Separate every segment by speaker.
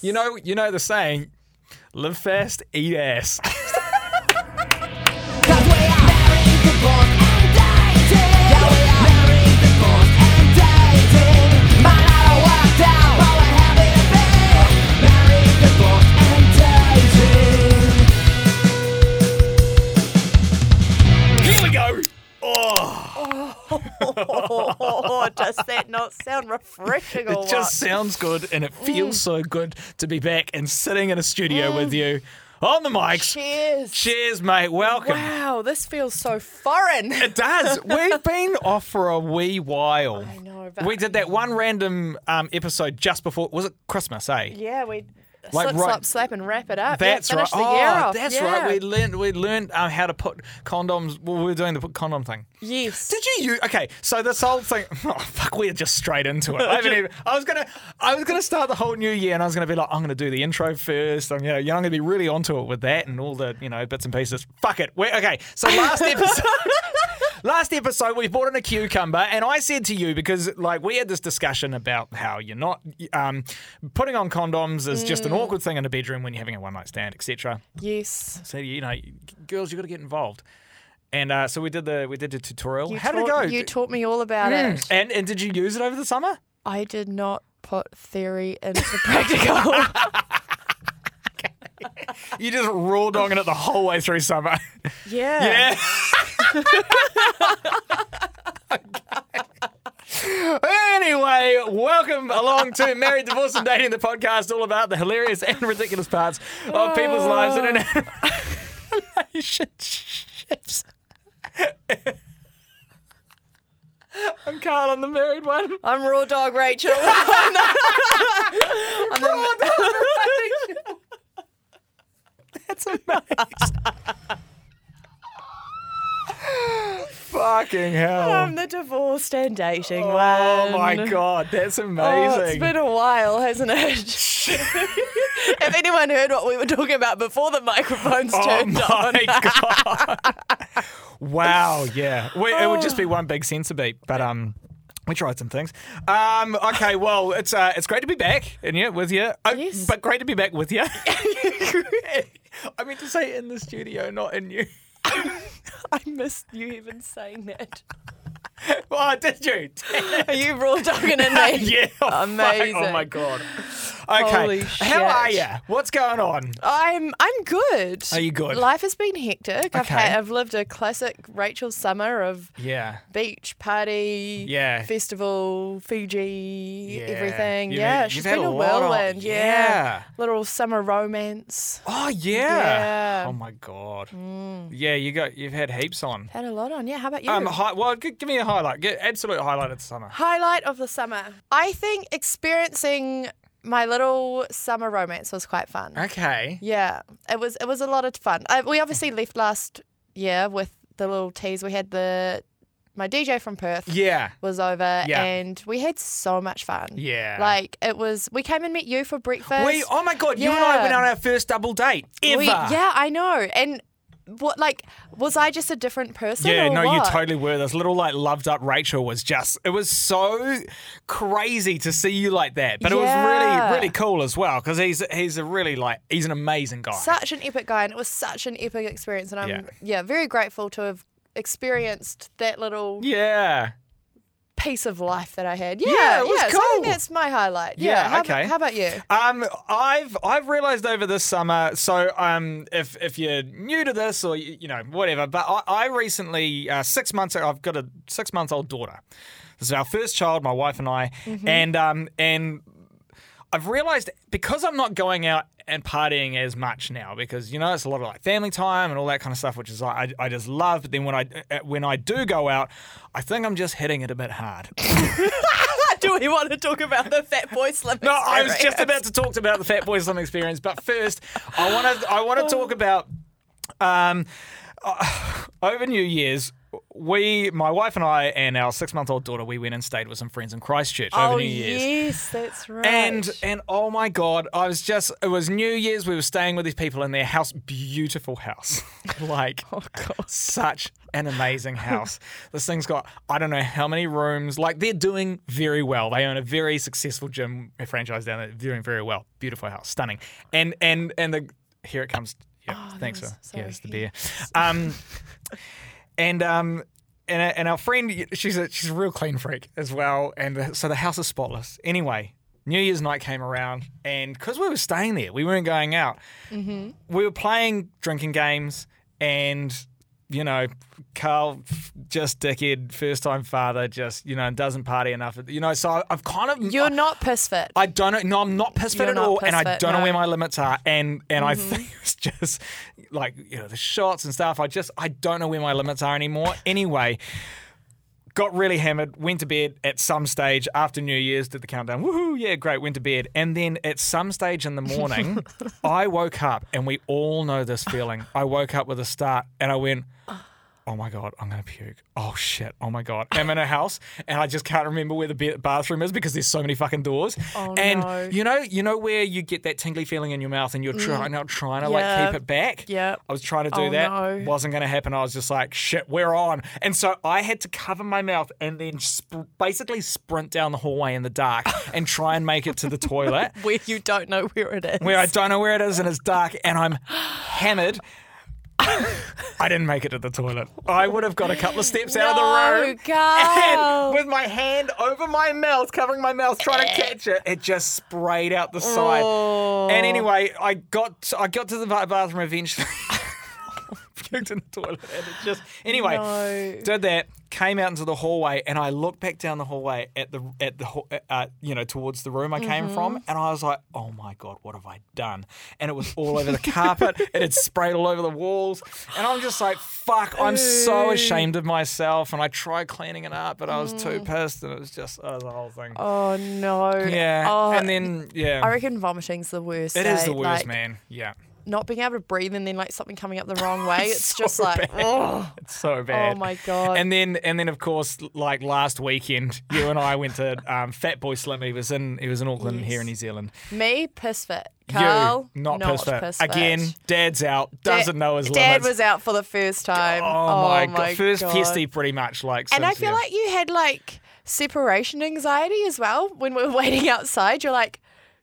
Speaker 1: You know, you know the saying, live fast, eat ass.
Speaker 2: Cause we are marrying the boss and dating. Yeah, we are marrying the boss and dating. Might not have worked out, but we're happy to be
Speaker 1: Here
Speaker 2: marrying the boss and dating.
Speaker 1: we go.
Speaker 3: Oh, does that not sound refreshing or
Speaker 1: It
Speaker 3: what?
Speaker 1: just sounds good, and it feels so good to be back and sitting in a studio with you on the mics.
Speaker 3: Mm. Cheers.
Speaker 1: Cheers, mate. Welcome.
Speaker 3: Wow, this feels so foreign.
Speaker 1: It does. We've been off for a wee while. I
Speaker 3: know, but-
Speaker 1: we did that one random um, episode just before. Was it Christmas? Eh.
Speaker 3: Yeah, we
Speaker 1: Like,
Speaker 3: slip,
Speaker 1: right-
Speaker 3: slap, slap, and wrap it up.
Speaker 1: That's
Speaker 3: yeah,
Speaker 1: right.
Speaker 3: finish The
Speaker 1: oh,
Speaker 3: year off.
Speaker 1: that's
Speaker 3: yeah.
Speaker 1: right. We learned. We learned um, how to put condoms. Well, we were doing the put condom thing.
Speaker 3: yes.
Speaker 1: Did you? You okay? So this whole thing. Oh fuck! We're just straight into it. I, haven't even, I was gonna, I was gonna start the whole new year, and I was gonna be like, I'm gonna do the intro first. I'm, you know, you know, I'm gonna be really onto it with that and all the, you know, bits and pieces. Fuck it. We're, okay. So last episode. Last episode, we bought in a cucumber, and I said to you because, like, we had this discussion about how you're not um, putting on condoms is just an awkward thing in a bedroom when you're having a one night stand, etc.
Speaker 3: yes.
Speaker 1: So you know, girls, you got to get involved. And uh, so we did the we did the tutorial.
Speaker 3: You
Speaker 1: How did it go? Mm.
Speaker 3: taught- You taught me all about it.
Speaker 1: And and did you use it over the summer?
Speaker 3: I did not put theory into practical.
Speaker 1: You just raw dogging it the whole way through summer.
Speaker 3: yeah.
Speaker 1: Yeah. Anyway, welcome along to Married, Divorce, and Dating, the podcast all about the hilarious and ridiculous parts of people's lives and
Speaker 3: Oh.
Speaker 1: in relationships. I'm Carl, I'm the married one.
Speaker 3: I'm raw dog Rachel.
Speaker 1: That's amazing. Fucking hell.
Speaker 3: I'm the divorced and dating one.
Speaker 1: Oh my god, that's
Speaker 3: Oh,
Speaker 1: amazing.
Speaker 3: it's been a while, hasn't it? Have anyone heard what we were talking about before the microphones
Speaker 1: oh
Speaker 3: turned on?
Speaker 1: my god. wow, yeah. We, it would just
Speaker 3: Oh.
Speaker 1: be one big sensor beat, but um we tried some things. Um, okay, well, it's uh, it's great to be back in here with you. Oh,
Speaker 3: Yes.
Speaker 1: But great to be back with you. I meant to say in the studio, not in you.
Speaker 3: I missed you even saying that.
Speaker 1: Oh, did you?
Speaker 3: Are you raw dogging in me?
Speaker 1: yeah. Oh,
Speaker 3: Amazing.
Speaker 1: Fuck, oh my god. Okay.
Speaker 3: Holy
Speaker 1: How are
Speaker 3: shit.
Speaker 1: you? What's going on?
Speaker 3: I'm I'm good.
Speaker 1: Are you good?
Speaker 3: Life has been hectic. I've
Speaker 1: Okay.
Speaker 3: had, I've lived a classic Rachel summer of
Speaker 1: Yeah.
Speaker 3: beach party,
Speaker 1: Yeah.
Speaker 3: festival, Fiji,
Speaker 1: Yeah.
Speaker 3: everything.
Speaker 1: You've
Speaker 3: yeah,
Speaker 1: had-
Speaker 3: she's
Speaker 1: you've had
Speaker 3: been
Speaker 1: a
Speaker 3: a,
Speaker 1: lot on-
Speaker 3: whirlwind. yeah.
Speaker 1: yeah.
Speaker 3: little summer romance.
Speaker 1: Oh yeah.
Speaker 3: Yeah.
Speaker 1: Oh my god. Yeah, you got you've had heaps on.
Speaker 3: Had a lot on. Yeah, how about you?
Speaker 1: Um, hi, well, g- give me a highlight. Get absolute highlight of the summer.
Speaker 3: Highlight of the summer. I think experiencing my little summer romance was quite fun.
Speaker 1: Okay.
Speaker 3: Yeah, it was it was a lot of fun. I, we obviously left last year with the little tease. We had the my DJ from Perth
Speaker 1: Yeah.
Speaker 3: was over,
Speaker 1: Yeah.
Speaker 3: and we had so much fun.
Speaker 1: Yeah.
Speaker 3: like it was. We came and met you for breakfast.
Speaker 1: We. Oh my god. You and I
Speaker 3: Yeah.
Speaker 1: went on our first double date ever.
Speaker 3: We- yeah, I know. And what like was I just a different person?
Speaker 1: Yeah,
Speaker 3: or
Speaker 1: no, you
Speaker 3: what?
Speaker 1: totally were. This little like loved up Rachel was just it was so crazy to see you like that. But it was
Speaker 3: Yeah.
Speaker 1: really, really cool as well, because he's he's a really like he's an amazing guy.
Speaker 3: Such an epic guy, and it was such an epic experience. And I'm
Speaker 1: Yeah.
Speaker 3: yeah, very grateful to have experienced that little
Speaker 1: yeah.
Speaker 3: piece of life that I had. Yeah,
Speaker 1: Yeah, it was
Speaker 3: So I think
Speaker 1: cool.
Speaker 3: that's my highlight.
Speaker 1: Yeah,
Speaker 3: how,
Speaker 1: okay.
Speaker 3: How about you?
Speaker 1: Um, I've I've realised over this summer. So um, if if you're new to this or you, you know whatever, but I, I recently uh, six months ago, I've got a six month old daughter. This is our first child, my wife and I, and um and I've realised because I'm not going out and partying as much now because you know it's a lot of like family time and all that kind of stuff, which is like I, I just love. But then when I uh, when I do go out, I think I'm just hitting it a bit hard.
Speaker 3: Do we want to talk about the fat boy slim?
Speaker 1: No, I was just about to talk about the Fat Boy Slim experience, but first, I want to I want to talk about um, over New Year's, we, my wife and I, and our six-month-old daughter, we went and stayed with some friends in Christchurch
Speaker 3: Oh,
Speaker 1: over New Year's.
Speaker 3: yes, that's right.
Speaker 1: And and oh my god, I was just it was New Year's. We were staying with these people in their house, beautiful house, like oh god, such an amazing house. this thing's got I don't know how many rooms. Like they're doing very well. They own a very successful gym franchise down there, doing very well. Beautiful house, stunning. And and and the here it comes. Yeah,
Speaker 3: Oh, that
Speaker 1: thanks
Speaker 3: was-
Speaker 1: for yeah, it's the
Speaker 3: sorry.
Speaker 1: beer. Um, and um and and our friend she's a she's a real clean freak as well and the, so the house is spotless anyway new year's night came around and because we were staying there we weren't going out we were playing drinking games and you know carl just dickhead first time father just you know doesn't party enough you know so I, i've kind of
Speaker 3: You're not piss fit.
Speaker 1: I don't know. No, I'm not pissed fit
Speaker 3: You're
Speaker 1: at
Speaker 3: not
Speaker 1: all, and I
Speaker 3: piss fit,
Speaker 1: don't know
Speaker 3: no. Mm-hmm.
Speaker 1: where my limits are. And and I think it's just like you know the shots and stuff. I just I don't know where my limits are anymore. Anyway, got really hammered. Went to bed at some stage after New Year's. Did the countdown. Woohoo! Yeah, great. Went to bed, and then at some stage in the morning, I woke up, and we all know this feeling. I woke up with a start, and I went. Oh my god, I'm gonna puke. Oh shit. Oh my god. I'm in a house and I just can't remember where the ba- bathroom is because there's so many fucking doors.
Speaker 3: Oh,
Speaker 1: and
Speaker 3: no.
Speaker 1: you know, you know where you get that tingly feeling in your mouth and you're trying out trying to
Speaker 3: Mm. Yeah.
Speaker 1: like keep it back.
Speaker 3: Yeah.
Speaker 1: I was trying to do
Speaker 3: Oh,
Speaker 1: that.
Speaker 3: no.
Speaker 1: Wasn't gonna happen. I was just like, shit, we're on. And so I had to cover my mouth and then sp- basically sprint down the hallway in the dark and try and make it to the toilet
Speaker 3: where you don't know where it is.
Speaker 1: where I don't know where it is and it's dark and I'm hammered. I didn't make it to the toilet. I would have got a couple of steps out of the
Speaker 3: No,
Speaker 1: room.
Speaker 3: Carl.
Speaker 1: And with my hand over my mouth, covering my mouth, trying to catch it, it just sprayed out the side.
Speaker 3: Oh.
Speaker 1: And anyway, I got I got to the ba- bathroom eventually. Puked in the toilet and it just anyway
Speaker 3: No.
Speaker 1: did that came out into the hallway and I looked back down the hallway at the at the hall- uh, you know towards the room I came
Speaker 3: Mm-hmm.
Speaker 1: from and I was like oh my god what have I done and it was all over the carpet it had sprayed all over the walls and I'm just like fuck I'm so ashamed of myself and I tried cleaning it up but I was too pissed and it was just oh, the whole thing
Speaker 3: Mm. Oh no.
Speaker 1: yeah
Speaker 3: Oh,
Speaker 1: and then yeah
Speaker 3: I reckon vomiting's the worst.
Speaker 1: it is
Speaker 3: eh?
Speaker 1: the worst
Speaker 3: Like,
Speaker 1: man yeah
Speaker 3: Not being able to breathe and then like something coming up the wrong way. It's
Speaker 1: So
Speaker 3: just like
Speaker 1: bad.
Speaker 3: oh,
Speaker 1: It's so bad.
Speaker 3: my God.
Speaker 1: And then and then of course like last weekend, you and I went to um, Fat Boy Slim. He was in he was in Auckland here in New Zealand.
Speaker 3: me piss fit. Carl
Speaker 1: you not, piss fit.
Speaker 3: piss fit.
Speaker 1: Again, dad's out,
Speaker 3: Da-
Speaker 1: doesn't know his
Speaker 3: Dad
Speaker 1: limits.
Speaker 3: was out for the first time.
Speaker 1: oh, my god. First pesty pretty much like
Speaker 3: And I
Speaker 1: since,
Speaker 3: feel
Speaker 1: yeah.
Speaker 3: like you had like separation anxiety as well when we were waiting outside. You're like,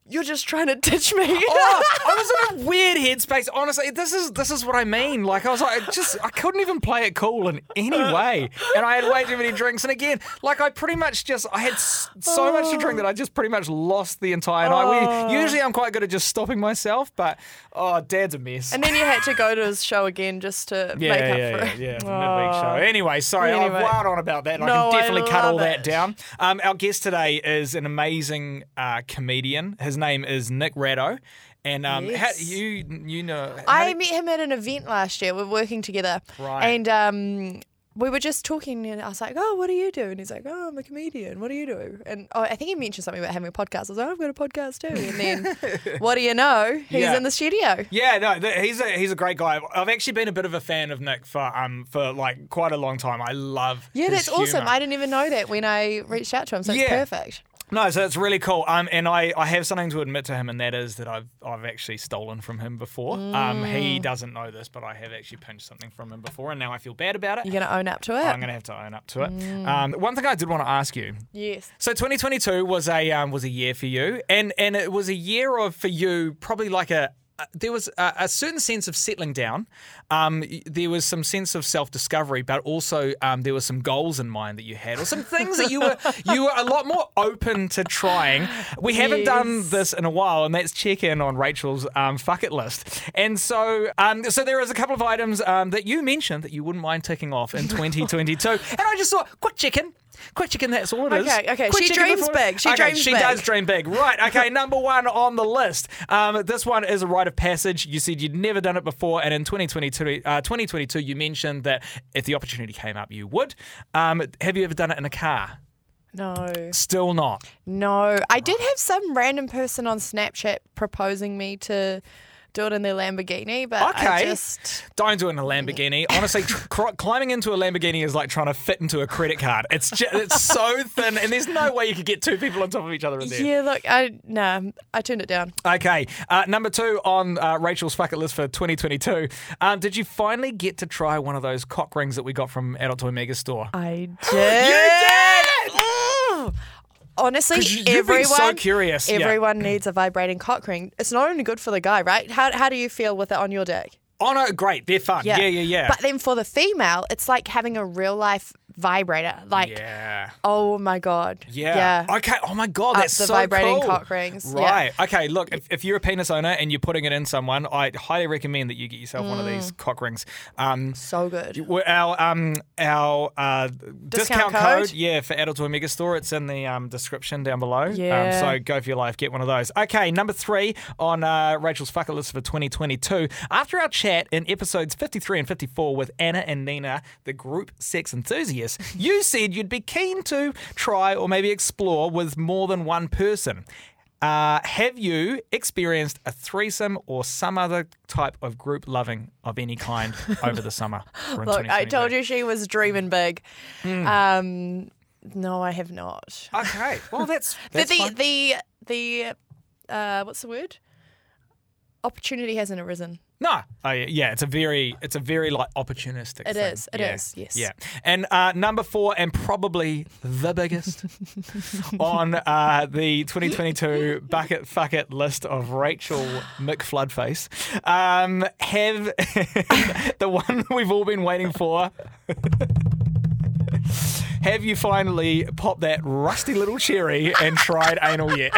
Speaker 3: you're just trying to ditch me.
Speaker 1: Oh, I was in a weird headspace. Honestly, this is this is what I mean. Like I was like, I just I couldn't even play it cool in any way, and I had way too many drinks. And again, like I pretty much just I had s- so much to drink that I just pretty much lost the entire night. We, usually I'm quite good at just stopping myself, but oh, Dad's a mess.
Speaker 3: And then you had to go to his show again just to
Speaker 1: yeah,
Speaker 3: make up
Speaker 1: yeah,
Speaker 3: for
Speaker 1: yeah,
Speaker 3: it. Oh.
Speaker 1: yeah. It's a midweek show. Anyway, sorry,
Speaker 3: Anyway.
Speaker 1: I've wired on about that. And
Speaker 3: No,
Speaker 1: I
Speaker 3: I
Speaker 1: can definitely cut
Speaker 3: love
Speaker 1: all that
Speaker 3: it.
Speaker 1: down. Um, our guest today is an amazing uh, comedian. His name is Nick Ratto. And um,
Speaker 3: Yes.
Speaker 1: how, you you know how
Speaker 3: I
Speaker 1: did-
Speaker 3: met him at an event last year. We We're working together.
Speaker 1: Right.
Speaker 3: And um, we were just talking, and I was like, Oh, what do you do? And he's like, Oh, I'm a comedian. What do you do? And oh, I think he mentioned something about having a podcast. I was like, oh, I've got a podcast too. And then, what do you know? He's
Speaker 1: Yeah.
Speaker 3: in the studio.
Speaker 1: Yeah, no, th- he's a he's a great guy. I've- I've actually been a bit of a fan of Nick for um for like quite a long time. I love
Speaker 3: Yeah,
Speaker 1: his
Speaker 3: that's awesome.
Speaker 1: humour.
Speaker 3: I didn't even know that when I reached out to him. So
Speaker 1: Yeah.
Speaker 3: it's perfect.
Speaker 1: No, so it's really cool. Um, and I, I have something to admit to him, and that is that I've I've actually stolen from him before. Um,
Speaker 3: Mm.
Speaker 1: he doesn't know this, but I have actually pinched something from him before, and now I feel bad about it.
Speaker 3: You're going to own up to
Speaker 1: I'm
Speaker 3: it?
Speaker 1: gonna have to own up to it. Um, one thing I did want to ask you.
Speaker 3: yes.
Speaker 1: So 2022 was a um, was a year for you, and and it was a year of for you probably like a. uh, There was a, a certain sense of settling down. Um, y- there was some sense of self discovery, but also um, there were some goals in mind that you had, or some things that you were you were a lot more open to trying. We haven't done
Speaker 3: Yes.
Speaker 1: this in a while, and that's check in on Rachel's um, fuck it list. And so, um, so there is a couple of items um, that you mentioned that you wouldn't mind ticking off in 2022, and I just thought, quick chicken, quick chicken. That's all it is.
Speaker 3: Okay, okay. She
Speaker 1: chicken
Speaker 3: dreams
Speaker 1: before-
Speaker 3: big. She
Speaker 1: okay,
Speaker 3: dreams
Speaker 1: she
Speaker 3: big.
Speaker 1: does dream big. Right. Okay. number one on the list. Um, this one is a rite of passage. You said you'd never done it before, and in 2022, uh, 2022, you mentioned that if the opportunity came up, you would. Um, have you ever done it in a car?
Speaker 3: No.
Speaker 1: Still not.
Speaker 3: No. I did have some random person on Snapchat proposing me to do it in their Lamborghini, but I
Speaker 1: Okay.
Speaker 3: just
Speaker 1: Don't do it in a Lamborghini. Honestly, tr- cr- climbing into a Lamborghini is like trying to fit into a credit card. It's ju- it's so thin, and there's no way you could get two people on top of each other in there.
Speaker 3: yeah. Look, I no, I turned it down.
Speaker 1: Okay, uh, number two on uh, Rachel's bucket list for 2022. Um, did you finally get to try one of those cock rings that we got from Adult Toy Mega Store?
Speaker 3: I
Speaker 1: You
Speaker 3: did.
Speaker 1: did!
Speaker 3: Honestly,
Speaker 1: 'Cause you- you've
Speaker 3: everyone
Speaker 1: been so curious, yeah.
Speaker 3: Everyone needs a vibrating cock ring. It's not only good for the guy, right? How how do you feel with it on your dick?
Speaker 1: Oh no, great! They're fun. Yeah, yeah, yeah.
Speaker 3: But then for the female, it's like having a real life vibrator. Like,
Speaker 1: yeah.
Speaker 3: oh my god.
Speaker 1: Yeah. Okay. Oh my God,
Speaker 3: Up
Speaker 1: that's
Speaker 3: the
Speaker 1: so
Speaker 3: vibrating
Speaker 1: cool.
Speaker 3: cock rings, yeah.
Speaker 1: Right. Okay. Look, if, if you're a penis owner and you're putting it in someone, I highly recommend that you get yourself
Speaker 3: Mm.
Speaker 1: one of these cock rings. Um,
Speaker 3: So good.
Speaker 1: Well, Our um our uh, discount,
Speaker 3: code?
Speaker 1: code, yeah, for Adult Toy Mega Store. It's in the um, description down below.
Speaker 3: Yeah.
Speaker 1: Um, so go for your life, get one of those. Okay, number three on uh, Rachel's fuck it list for 2022. After our chat in episodes 53 and 54 with Anna and Nina, the group sex enthusiasts, you said you'd be keen to try or maybe explore with more than one person. Uh, have you experienced a threesome or some other type of group loving of any kind over the summer? We're in
Speaker 3: Look, I
Speaker 1: 2022.
Speaker 3: told you she was dreaming big.
Speaker 1: Hmm.
Speaker 3: Um, no, I have not.
Speaker 1: Okay, well that's
Speaker 3: The
Speaker 1: that's
Speaker 3: the,
Speaker 1: fine.
Speaker 3: the the uh, what's the word? Opportunity hasn't arisen.
Speaker 1: no, oh, yeah, yeah, it's a very it's a very like opportunistic. It is.
Speaker 3: It
Speaker 1: thing.
Speaker 3: is, it
Speaker 1: yeah.
Speaker 3: is, yes.
Speaker 1: Yeah, and uh, number four and probably the biggest on uh, the 2022 bucket fuck it list of Rachel McFloodface. Um, have the one we've all been waiting for. Have you finally popped that rusty little cherry and tried anal yet?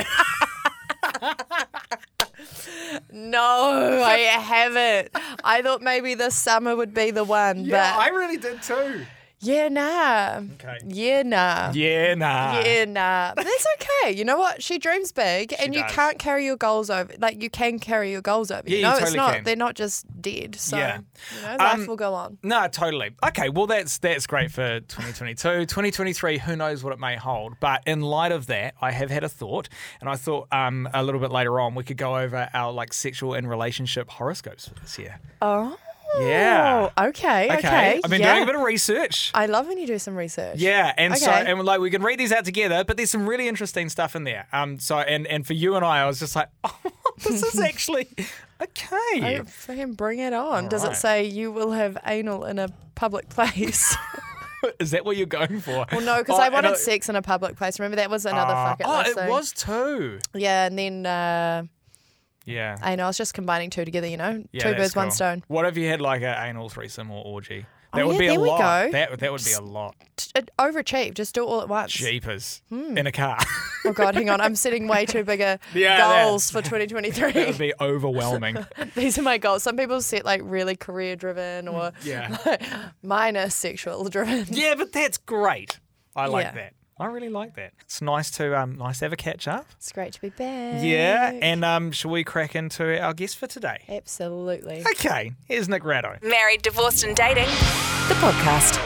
Speaker 3: No, I haven't. I thought maybe this summer would be the one, but
Speaker 1: really did too.
Speaker 3: yeah, nah.
Speaker 1: Okay.
Speaker 3: Yeah, nah.
Speaker 1: Yeah, nah.
Speaker 3: Yeah, nah. But that's okay. You know what? She dreams big, and you
Speaker 1: does.
Speaker 3: can't carry your goals over. Like you can carry your goals over.
Speaker 1: Yeah,
Speaker 3: you
Speaker 1: you
Speaker 3: know, it's
Speaker 1: totally
Speaker 3: not.
Speaker 1: can.
Speaker 3: They're not just dead. So
Speaker 1: Yeah.
Speaker 3: you know, life
Speaker 1: Um,
Speaker 3: will go on.
Speaker 1: No, totally. Okay, well that's that's great for 2022. 2023, who knows what it may hold. But in light of that, I have had a thought, and I thought um, a little bit later on we could go over our like sexual and relationship horoscopes for this year.
Speaker 3: Oh.
Speaker 1: Yeah.
Speaker 3: Okay. Okay.
Speaker 1: I've been
Speaker 3: yeah.
Speaker 1: doing a bit of research.
Speaker 3: I love when you do some research.
Speaker 1: Yeah, and so
Speaker 3: Okay.
Speaker 1: and like we can read these out together, but there's some really interesting stuff in there. Um, so and and for you and I, I was just like, oh, this is actually okay.
Speaker 3: Oh, fucking bring it on. Does it
Speaker 1: right.
Speaker 3: say you will have anal in a public place?
Speaker 1: Is that what you're going for?
Speaker 3: well, no, because
Speaker 1: Oh,
Speaker 3: I
Speaker 1: and
Speaker 3: wanted sex in a public place. Remember that was another
Speaker 1: Ah,
Speaker 3: fucking
Speaker 1: oh, it was too.
Speaker 3: Yeah, and then uh,
Speaker 1: Yeah.
Speaker 3: I know I was just combining two together. You know,
Speaker 1: Yeah,
Speaker 3: two
Speaker 1: that's
Speaker 3: birds, one
Speaker 1: cool.
Speaker 3: stone.
Speaker 1: What if you had like an anal threesome or orgy? That
Speaker 3: Oh,
Speaker 1: would
Speaker 3: yeah,
Speaker 1: be
Speaker 3: there
Speaker 1: a
Speaker 3: we
Speaker 1: lot.
Speaker 3: go.
Speaker 1: That that would be a lot.
Speaker 3: T- it- Overachieve. Just do it all at once.
Speaker 1: Jeepers in a car.
Speaker 3: Oh God, hang on! I'm setting way too big a
Speaker 1: Yeah, that-
Speaker 3: goals for
Speaker 1: that would
Speaker 3: 2023.
Speaker 1: be overwhelming.
Speaker 3: These are my goals. Some people set like really career driven or
Speaker 1: Yeah.
Speaker 3: mine are sexual driven.
Speaker 1: yeah, but that's great. I like
Speaker 3: Yeah.
Speaker 1: that. I really like that. It's nice to um nice to have a catch up.
Speaker 3: It's great to be back.
Speaker 1: Yeah, and um, shall we crack into our guest for today?
Speaker 3: absolutely.
Speaker 1: Okay, here's Nick Ratto.
Speaker 4: Married, divorced, and dating. The podcast.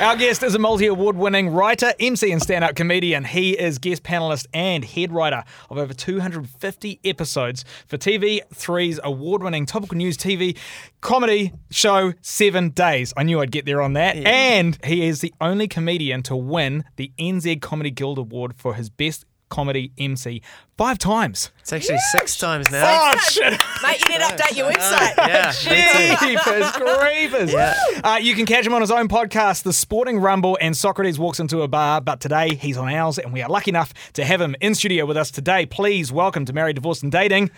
Speaker 1: Our guest is a multi award winning writer, MC, and stand up comedian. He is guest panelist and head writer of over 250 episodes for TV3's award winning topical news TV comedy show Seven Days. I knew I'd get there on that. And he is the only comedian to win the NZ Comedy Guild Award for his best comedy MC five times.
Speaker 5: It's actually six times now.
Speaker 1: Oh, shit.
Speaker 3: Mate, you need to update your website.
Speaker 5: Yeah, me too.
Speaker 1: Jeepers creepers. Uh, you can catch him on his own podcast, The Sporting Rumble, and Socrates Walks Into a Bar. But today he's on ours, and we are lucky enough to have him in studio with us today. Please welcome to Married, Divorced, and Dating,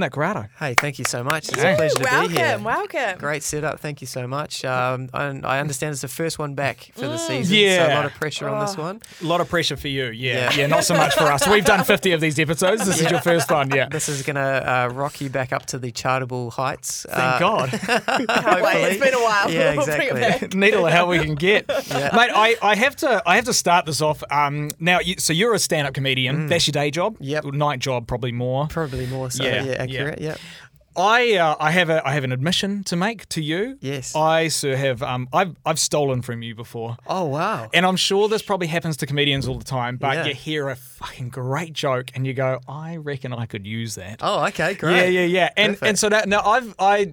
Speaker 1: Nick Rado.
Speaker 5: Hey, thank you so much. It's
Speaker 1: Yeah.
Speaker 5: a pleasure to
Speaker 3: welcome,
Speaker 5: be here.
Speaker 3: welcome.
Speaker 5: Great setup. Thank you so much. Um, and I understand it's the first one back for the
Speaker 3: Mm.
Speaker 5: season, so
Speaker 1: Yeah.
Speaker 5: a lot of pressure on this
Speaker 3: Oh.
Speaker 5: one.
Speaker 1: A lot of pressure for you. Yeah.
Speaker 5: Yeah.
Speaker 1: Yeah, not so much for us. We've done 50 of these episodes. This is your first one. Yeah.
Speaker 5: This is going to uh, rock you back up to the chartable heights. uh,
Speaker 1: Thank God.
Speaker 3: Wait, it's been a while.
Speaker 5: Yeah,
Speaker 3: We'll bring it
Speaker 5: exactly.
Speaker 3: back.
Speaker 1: needle the hell we can get. Mate, I, I have to I have to start this off. Um, now, you, so you're a stand-up comedian. That's your day job.
Speaker 5: Yep.
Speaker 1: Night job, probably more.
Speaker 5: Probably more so.
Speaker 1: Yeah,
Speaker 5: Yeah,
Speaker 1: yeah.
Speaker 5: accurate. Yeah.
Speaker 1: I uh, I have a I have an admission to make to you.
Speaker 5: Yes.
Speaker 1: I sir have um I've I've stolen from you before.
Speaker 5: Oh wow.
Speaker 1: And I'm sure this probably happens to comedians all the time, but
Speaker 5: Yeah.
Speaker 1: you hear a fucking great joke and you go, I reckon I could use that.
Speaker 5: Oh okay, great.
Speaker 1: Yeah, yeah, yeah. And and
Speaker 5: Perfect.
Speaker 1: so now, now I've I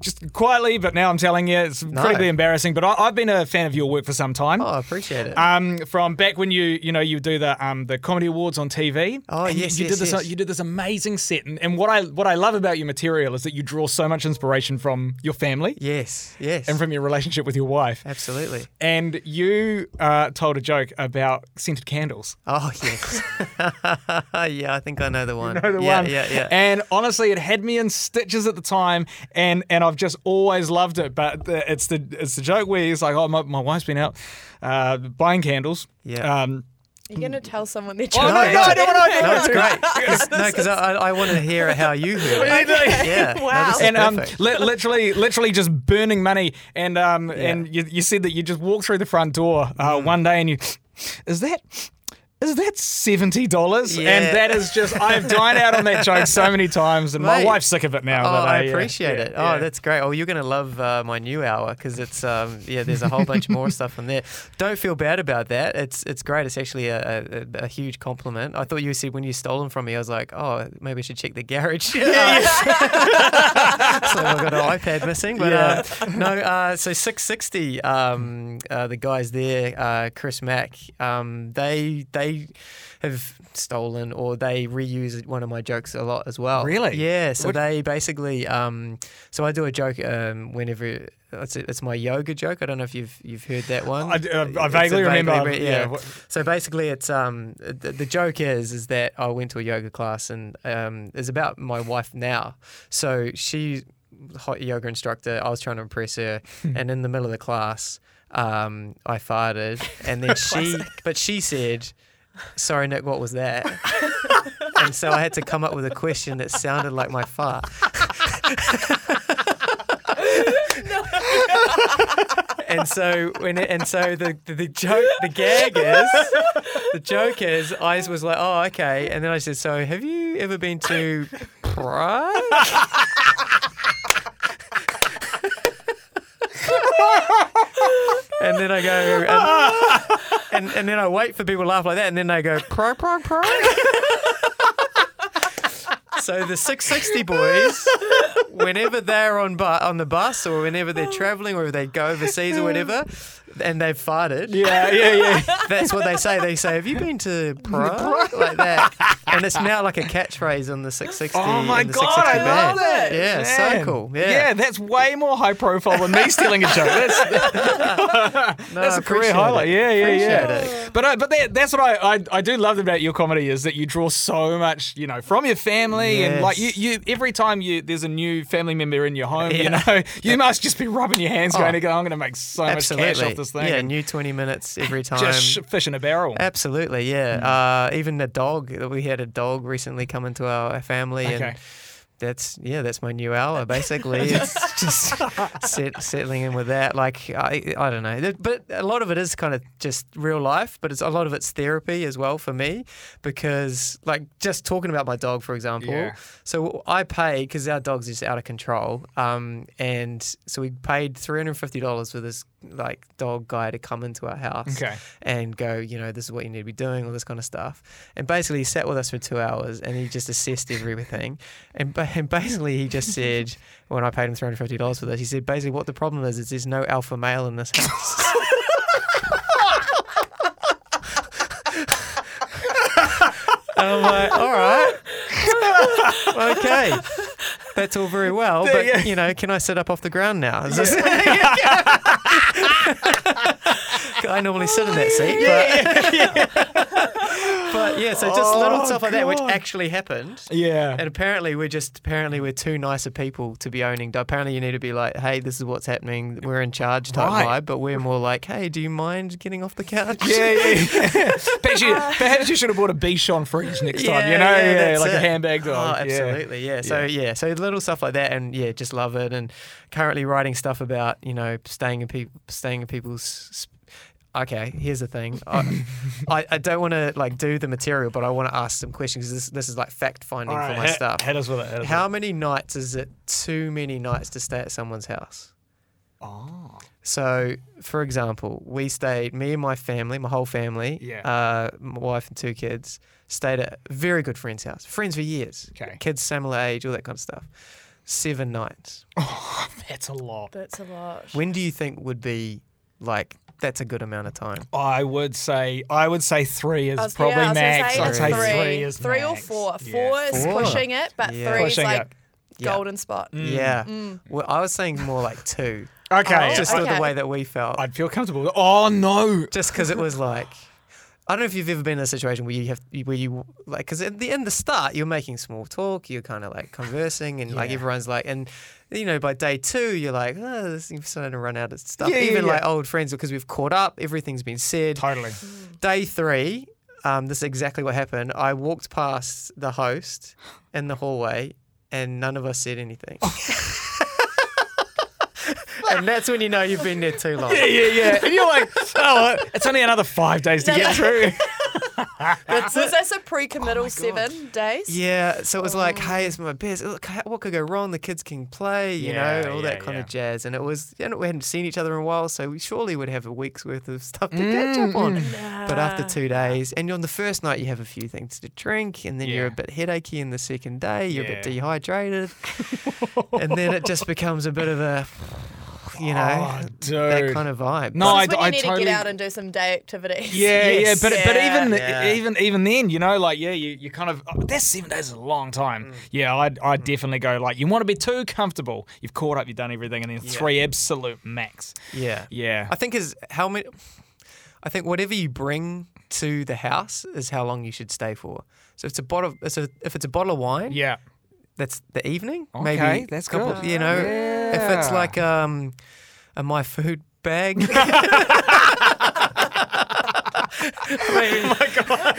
Speaker 1: just quietly, but now I'm telling you, it's incredibly embarrassing. But I, I've been a fan of your work for some time.
Speaker 5: Oh, I appreciate it.
Speaker 1: Um, from back when you you know you do the um the comedy awards on TV.
Speaker 5: Oh,
Speaker 1: and
Speaker 5: yes,
Speaker 1: you
Speaker 5: yes,
Speaker 1: did this uh,
Speaker 5: yes.
Speaker 1: you did this amazing set, and, and what I what I love about your material is that you draw so much inspiration from your family
Speaker 5: yes, yes.
Speaker 1: and from your relationship with your wife.
Speaker 5: Absolutely.
Speaker 1: And you uh, told a joke about scented candles.
Speaker 5: Oh yes. yeah, I think I know the one.
Speaker 1: the
Speaker 5: yeah,
Speaker 1: one.
Speaker 5: yeah, yeah.
Speaker 1: And honestly, it had me in stitches at the time, and and I've just always loved it. But the, it's the it's the joke where he's like, "Oh, my, my wife's been out uh, buying candles."
Speaker 5: Yeah.
Speaker 1: Um,
Speaker 3: You're gonna tell someone they're
Speaker 1: oh, no,
Speaker 3: trying
Speaker 1: no,
Speaker 3: to
Speaker 1: I don't want to.
Speaker 5: no, it's great. 'Cause- no, because I, I wanted to hear how you heard it. Yeah. no,
Speaker 3: Wow.
Speaker 5: this is
Speaker 1: and um,
Speaker 5: perfect.
Speaker 1: li- literally, literally just burning money. And um, and you, you said that you just walked through the front door uh,
Speaker 5: Mm.
Speaker 1: one day, and you is that. Is that seventy dollars? And
Speaker 5: Yeah.
Speaker 1: that is just—I've dined out on that joke so many times, and my
Speaker 5: Mate.
Speaker 1: wife's sick of it now.
Speaker 5: Oh,
Speaker 1: but
Speaker 5: I
Speaker 1: uh,
Speaker 5: appreciate
Speaker 1: yeah,
Speaker 5: it.
Speaker 1: yeah.
Speaker 5: Oh, that's great. Oh, you're going to love uh, my new hour because it's um, yeah. There's a whole bunch more stuff in there. Don't feel bad about that. It's it's great. It's actually a, a, a huge compliment. I thought you said when you stole them from me, I was like, oh, maybe I should check the garage. Yeah, so I got an iPad missing, but uh, no. Uh, so 660. Um, uh, the guys there, uh, Chris Mack. Um, they they have stolen or they reuse one of my jokes a lot as well.
Speaker 1: Really?
Speaker 5: Yeah. So they basically, um, so I do a joke um, whenever it's, it's my yoga joke. I don't know if you've you've heard that one.
Speaker 1: I d- I- I
Speaker 5: It's a
Speaker 1: vaguely remember,
Speaker 5: re-
Speaker 1: yeah, what-
Speaker 5: So basically, it's um, the, the joke is is that I went to a yoga class and um, it's about my wife now. So she hot yoga instructor. I was trying to impress her, and in the middle of the class, um, I farted, and then she, but she said, "Sorry, Nick, what was that?" and so I had to come up with a question that sounded like my fart. and so when it, and so the, the the joke the gag is the joke is I was like oh okay and then I said so have you ever been to Prague and then I go and, and, and then I wait for people to laugh like that and then they go pro pro pro so the 660 boys whenever they're on bu- on the bus or whenever they're traveling or they go overseas or whatever and they've farted
Speaker 1: Yeah, yeah, yeah.
Speaker 5: that's what they say they say have you been to Prague like that and it's now like a catchphrase on the 660
Speaker 1: Oh my
Speaker 5: and the
Speaker 1: god,
Speaker 5: 660
Speaker 1: I love
Speaker 5: band.
Speaker 1: that!
Speaker 5: yeah
Speaker 1: Man.
Speaker 5: so cool
Speaker 1: yeah, that's way more high profile than me stealing a joke. That's,
Speaker 5: No,
Speaker 1: that's
Speaker 5: I
Speaker 1: a career
Speaker 5: appreciate
Speaker 1: highlight.
Speaker 5: it.
Speaker 1: Yeah, yeah, yeah.
Speaker 5: Appreciate
Speaker 1: But I, but that, that's what I, I I do love about your comedy is that you draw so much you know from your family and like you,
Speaker 5: Yes.
Speaker 1: you every time you there's a new family member in your home you
Speaker 5: Yeah.
Speaker 1: know you must just be rubbing your hands
Speaker 5: Oh.
Speaker 1: going I'm going to make so much cash
Speaker 5: Absolutely.
Speaker 1: off this thing
Speaker 5: Yeah,
Speaker 1: and
Speaker 5: new 20 minutes every time.
Speaker 1: just sh- fish in a barrel.
Speaker 5: Absolutely,
Speaker 1: Mm.
Speaker 5: yeah. Uh, even the dog, we had a dog recently come into our, our family,
Speaker 1: Okay.
Speaker 5: and that's yeah, that's my new hour. Basically, it's just set, settling in with that. Like I, I don't know, but a lot of it is kind of just real life, but it's a lot of it's therapy as well for me because like just talking about my dog, for example.
Speaker 1: Yeah.
Speaker 5: So I paid because our dog's just out of control, um, and so we paid three hundred fifty dollars for this like dog guy to come into our house
Speaker 1: Okay.
Speaker 5: and go, you know, this is what you need to be doing, all this kind of stuff. And basically, he sat with us for two hours and he just assessed everything. And, ba- and basically, he just said, when I paid him $350 for this, he said, basically, what the problem is, is there's no alpha male in this house. and I'm like, all right, okay. That's all very well,
Speaker 1: Yeah.
Speaker 5: but you know, can I sit up off the ground now? Is this- I normally sit in
Speaker 1: Oh,
Speaker 5: that seat, but, but yeah, so just little
Speaker 1: Oh,
Speaker 5: stuff like that, which
Speaker 1: God.
Speaker 5: actually happened.
Speaker 1: Yeah.
Speaker 5: And apparently we're just apparently we're too nice a people to be owning. Apparently you need to be like, hey, this is what's happening. We're in charge type
Speaker 1: Right.
Speaker 5: vibe, but we're more like, hey, do you mind getting off the couch?
Speaker 1: Yeah, yeah. yeah. perhaps, you, perhaps you should have bought a Bichon fridge next time. You know, yeah,
Speaker 5: that's
Speaker 1: like a
Speaker 5: it.
Speaker 1: handbag dog.
Speaker 5: Oh,
Speaker 1: yeah.
Speaker 5: absolutely, yeah. So yeah. so little stuff like that, and yeah, just love it. And currently writing stuff about you know staying in people, staying in people's. s- okay, here's the thing. I, I, I don't want to like do the material, but I want to ask some questions 'cause this, this is like fact finding for my
Speaker 1: hit,
Speaker 5: stuff.
Speaker 1: hit us with it. hit us
Speaker 5: How many nights is it too many nights to stay at someone's house?
Speaker 1: Oh.
Speaker 5: So, for example, we stayed, me and my family, my whole family,
Speaker 1: Yeah.
Speaker 5: uh, my wife and two kids, stayed at a very good friend's house. Friends for years.
Speaker 1: Okay.
Speaker 5: Kids similar age, all that kind of stuff. Seven nights.
Speaker 1: That's a lot.
Speaker 3: That's a lot.
Speaker 5: When do you think would be like, that's a good amount of time?
Speaker 1: I would say I would say three is
Speaker 3: I was,
Speaker 1: probably
Speaker 3: yeah, I was
Speaker 1: max.
Speaker 3: Gonna
Speaker 1: I'd
Speaker 3: say
Speaker 1: say
Speaker 3: three,
Speaker 1: three is
Speaker 3: three or
Speaker 1: max.
Speaker 3: four.
Speaker 1: Yeah.
Speaker 3: Four is
Speaker 5: Four.
Speaker 3: pushing it, but
Speaker 5: Yeah.
Speaker 3: three
Speaker 1: Pushing
Speaker 3: is like
Speaker 1: it. Mm.
Speaker 5: Yeah.
Speaker 3: golden spot.
Speaker 5: Yeah. Well, I was saying more like two.
Speaker 1: Okay.
Speaker 3: Oh,
Speaker 5: just
Speaker 1: I,
Speaker 5: with the
Speaker 3: okay.
Speaker 5: way that we felt.
Speaker 1: I'd feel comfortable. Oh no.
Speaker 5: just because it was like I don't know if you've ever been in a situation where you have where you like because in the in the start you're making small talk, you're kind of like conversing, and like
Speaker 1: Yeah.
Speaker 5: everyone's like, and you know by day two you're like, oh, this is starting to run out of stuff.
Speaker 1: Yeah, yeah,
Speaker 5: Even
Speaker 1: yeah.
Speaker 5: like old friends because we've caught up, everything's been said.
Speaker 1: Totally.
Speaker 5: Day three, um, this is exactly what happened. I walked past the host in the hallway, and none of us said anything. and that's when you know you've been there too long.
Speaker 1: Yeah, yeah, yeah. And you're like, oh, it's only another five days to get through.
Speaker 5: Uh,
Speaker 3: Was this a pre-committal seven days?
Speaker 5: oh Yeah, so it was like,
Speaker 1: Oh.
Speaker 5: hey, it's my best. Look, h- what could go wrong? The kids can play, you
Speaker 1: Yeah,
Speaker 5: know, all that
Speaker 1: yeah,
Speaker 5: kind
Speaker 1: yeah.
Speaker 5: of jazz. And it was, you know, we hadn't seen each other in a while, so we surely would have a week's worth of stuff to catch up on.
Speaker 1: Mm-hmm.
Speaker 5: But after two days, and on the first night, you have a few things to drink, and then you're a
Speaker 1: Yeah.
Speaker 5: bit headachy in the second day, you're a bit
Speaker 1: Yeah.
Speaker 5: dehydrated, and then it just becomes a bit of a, you know,
Speaker 1: Oh,
Speaker 5: that
Speaker 1: dude.
Speaker 5: kind of vibe.
Speaker 1: No, I-
Speaker 3: That's when you
Speaker 1: I
Speaker 3: need
Speaker 1: totally-
Speaker 3: to get out and do some day activities.
Speaker 1: Yeah,
Speaker 5: Yes.
Speaker 1: yeah, but but
Speaker 3: Yeah.
Speaker 1: even
Speaker 5: Yeah.
Speaker 1: even even then, you know, like yeah, you, you kind of oh, that's seven days is a long
Speaker 3: Mm.
Speaker 1: time. Yeah, I'd
Speaker 5: Mm.
Speaker 1: I'd definitely go like you want to be too comfortable. You've caught up, you've done everything, and then three absolute max.
Speaker 5: Yeah.
Speaker 1: Yeah.
Speaker 5: I think is how many. I think whatever you bring to the house is how long you should stay for. So if it's a bottle, it's a, if it's a bottle of wine,
Speaker 1: Yeah.
Speaker 5: that's the evening.
Speaker 1: Okay,
Speaker 5: maybe
Speaker 1: that's
Speaker 5: a couple.
Speaker 1: good.
Speaker 5: You know, if it's
Speaker 1: Yeah.
Speaker 5: like um, a my food bag. oh my god!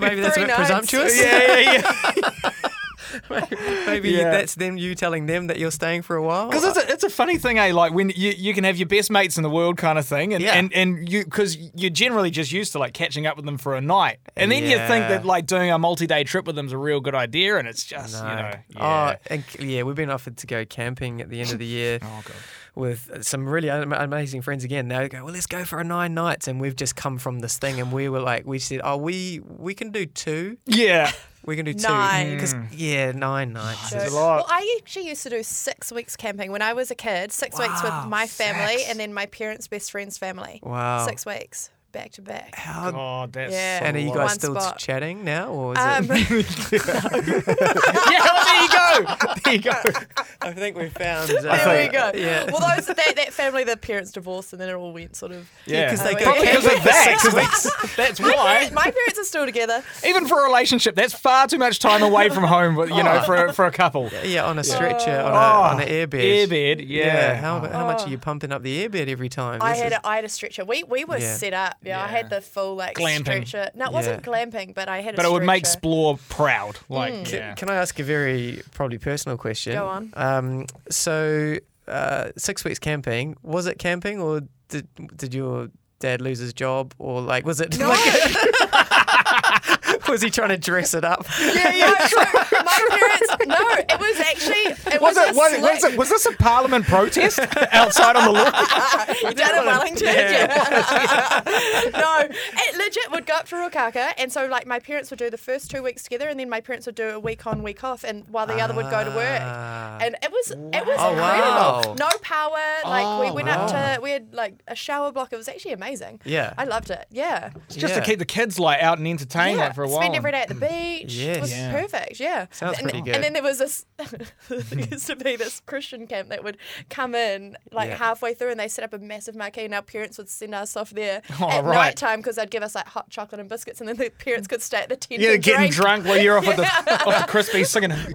Speaker 5: Maybe that's a
Speaker 3: Three
Speaker 5: bit
Speaker 3: nights.
Speaker 5: presumptuous.
Speaker 1: Yeah, yeah, yeah.
Speaker 5: Maybe
Speaker 1: Yeah.
Speaker 5: that's them you telling them that you're staying for a while.
Speaker 1: Because it's a, it's a funny thing, eh? Like when you, you can have your best mates in the world kind of thing, and
Speaker 5: Yeah.
Speaker 1: and, and you because you're generally just used to like catching up with them for a night, and then you think
Speaker 5: Yeah.
Speaker 1: that like doing a multi day trip with them is a real good idea, and it's just you know yeah.
Speaker 5: Oh, and, yeah, we've been offered to go camping at the end of the year with some really am- amazing friends again. They go, well, let's go for a nine nights, and we've just come from this thing, and we were like, we said, oh, we we can do two,
Speaker 1: yeah.
Speaker 5: we can do two,
Speaker 3: Nine.
Speaker 5: because yeah, nine nights.
Speaker 3: So-
Speaker 5: is-
Speaker 1: lot.
Speaker 3: Well, I actually used to do six weeks camping when I was a kid. Six weeks with
Speaker 5: Wow,
Speaker 3: my family
Speaker 5: six.
Speaker 3: and then my parents' best friend's family.
Speaker 5: Wow.
Speaker 3: Six weeks back to back.
Speaker 5: How-
Speaker 1: Oh, that's
Speaker 3: Yeah.
Speaker 1: so
Speaker 5: and are you
Speaker 1: long.
Speaker 5: guys
Speaker 3: One
Speaker 5: still
Speaker 3: spot.
Speaker 5: chatting now, or is
Speaker 3: Um,
Speaker 5: it?
Speaker 1: yeah, well, there you go. There you go.
Speaker 5: I think we found. uh,
Speaker 3: there we go.
Speaker 5: Yeah.
Speaker 3: Well, those that, that family, their parents divorced, and then it all went sort of.
Speaker 1: Yeah,
Speaker 5: 'cause they go
Speaker 1: probably because of
Speaker 5: camping for
Speaker 1: that.
Speaker 5: six
Speaker 1: 'cause that's- That's
Speaker 3: My,
Speaker 1: why.
Speaker 3: parents, my parents are still together.
Speaker 1: Even for a relationship, that's far too much time away from home. But you
Speaker 5: Oh.
Speaker 1: know, for a- for a couple.
Speaker 5: Yeah, on a stretcher, on, a, on an airbed.
Speaker 1: Airbed, yeah.
Speaker 5: How, how much are you pumping up the airbed every time?
Speaker 3: Oh. I
Speaker 5: This
Speaker 3: had
Speaker 5: is-
Speaker 3: a, I had a stretcher. We we were
Speaker 5: Yeah.
Speaker 3: set up. Yeah, I
Speaker 1: Yeah.
Speaker 3: had the full like
Speaker 1: Glamping.
Speaker 3: stretcher. No, it wasn't
Speaker 5: Yeah.
Speaker 3: glamping, but I had. a
Speaker 1: But it Mm. would make
Speaker 3: stretcher.
Speaker 1: Splore proud. Like,
Speaker 5: Can,
Speaker 1: yeah.
Speaker 5: can I ask a very probably personal question?
Speaker 3: Go on.
Speaker 5: Um, so, uh, six weeks camping. Was it camping, or did did your dad lose his job, or like was it? Like, was he trying to dress it up?
Speaker 3: Yeah, yeah. so my parents. No, it was actually. It was,
Speaker 1: Was it
Speaker 3: a
Speaker 1: was, it- was
Speaker 3: slick-
Speaker 1: it was this a parliament protest outside on the lawn?
Speaker 3: You down in Wellington? Yeah. no, it legit would go up to Ruakaka, and so like my parents would do the first two weeks together, and then my parents would do a week on, week off, and while the other would go to work.
Speaker 5: Ah.
Speaker 3: And it was it was
Speaker 5: Oh, wow.
Speaker 3: incredible. No power. Like we
Speaker 1: Oh,
Speaker 3: went up
Speaker 5: wow.
Speaker 3: to we had like a shower block. It was actually amazing.
Speaker 5: Yeah.
Speaker 3: I loved it. Yeah.
Speaker 1: Just
Speaker 5: Yeah.
Speaker 1: to keep the kids like out and entertained
Speaker 3: yeah,
Speaker 1: like, for a while.
Speaker 3: spend every day at the beach.
Speaker 5: Yes.
Speaker 3: It was
Speaker 1: Yeah.
Speaker 3: perfect. Yeah,
Speaker 5: Sounds
Speaker 3: and,
Speaker 5: pretty good.
Speaker 3: And then there was this. there used to be this Christian camp that would come in like
Speaker 5: Yeah.
Speaker 3: halfway through, and they set up a massive marquee, and our parents would send us off there
Speaker 1: Oh,
Speaker 3: at
Speaker 1: right.
Speaker 3: night time because they'd give us like hot chocolate and biscuits, and then the parents could stay at the tent.
Speaker 1: yeah,
Speaker 3: and
Speaker 1: getting
Speaker 3: drink.
Speaker 1: drunk while you're off at the off the crispy singing Kumbaya.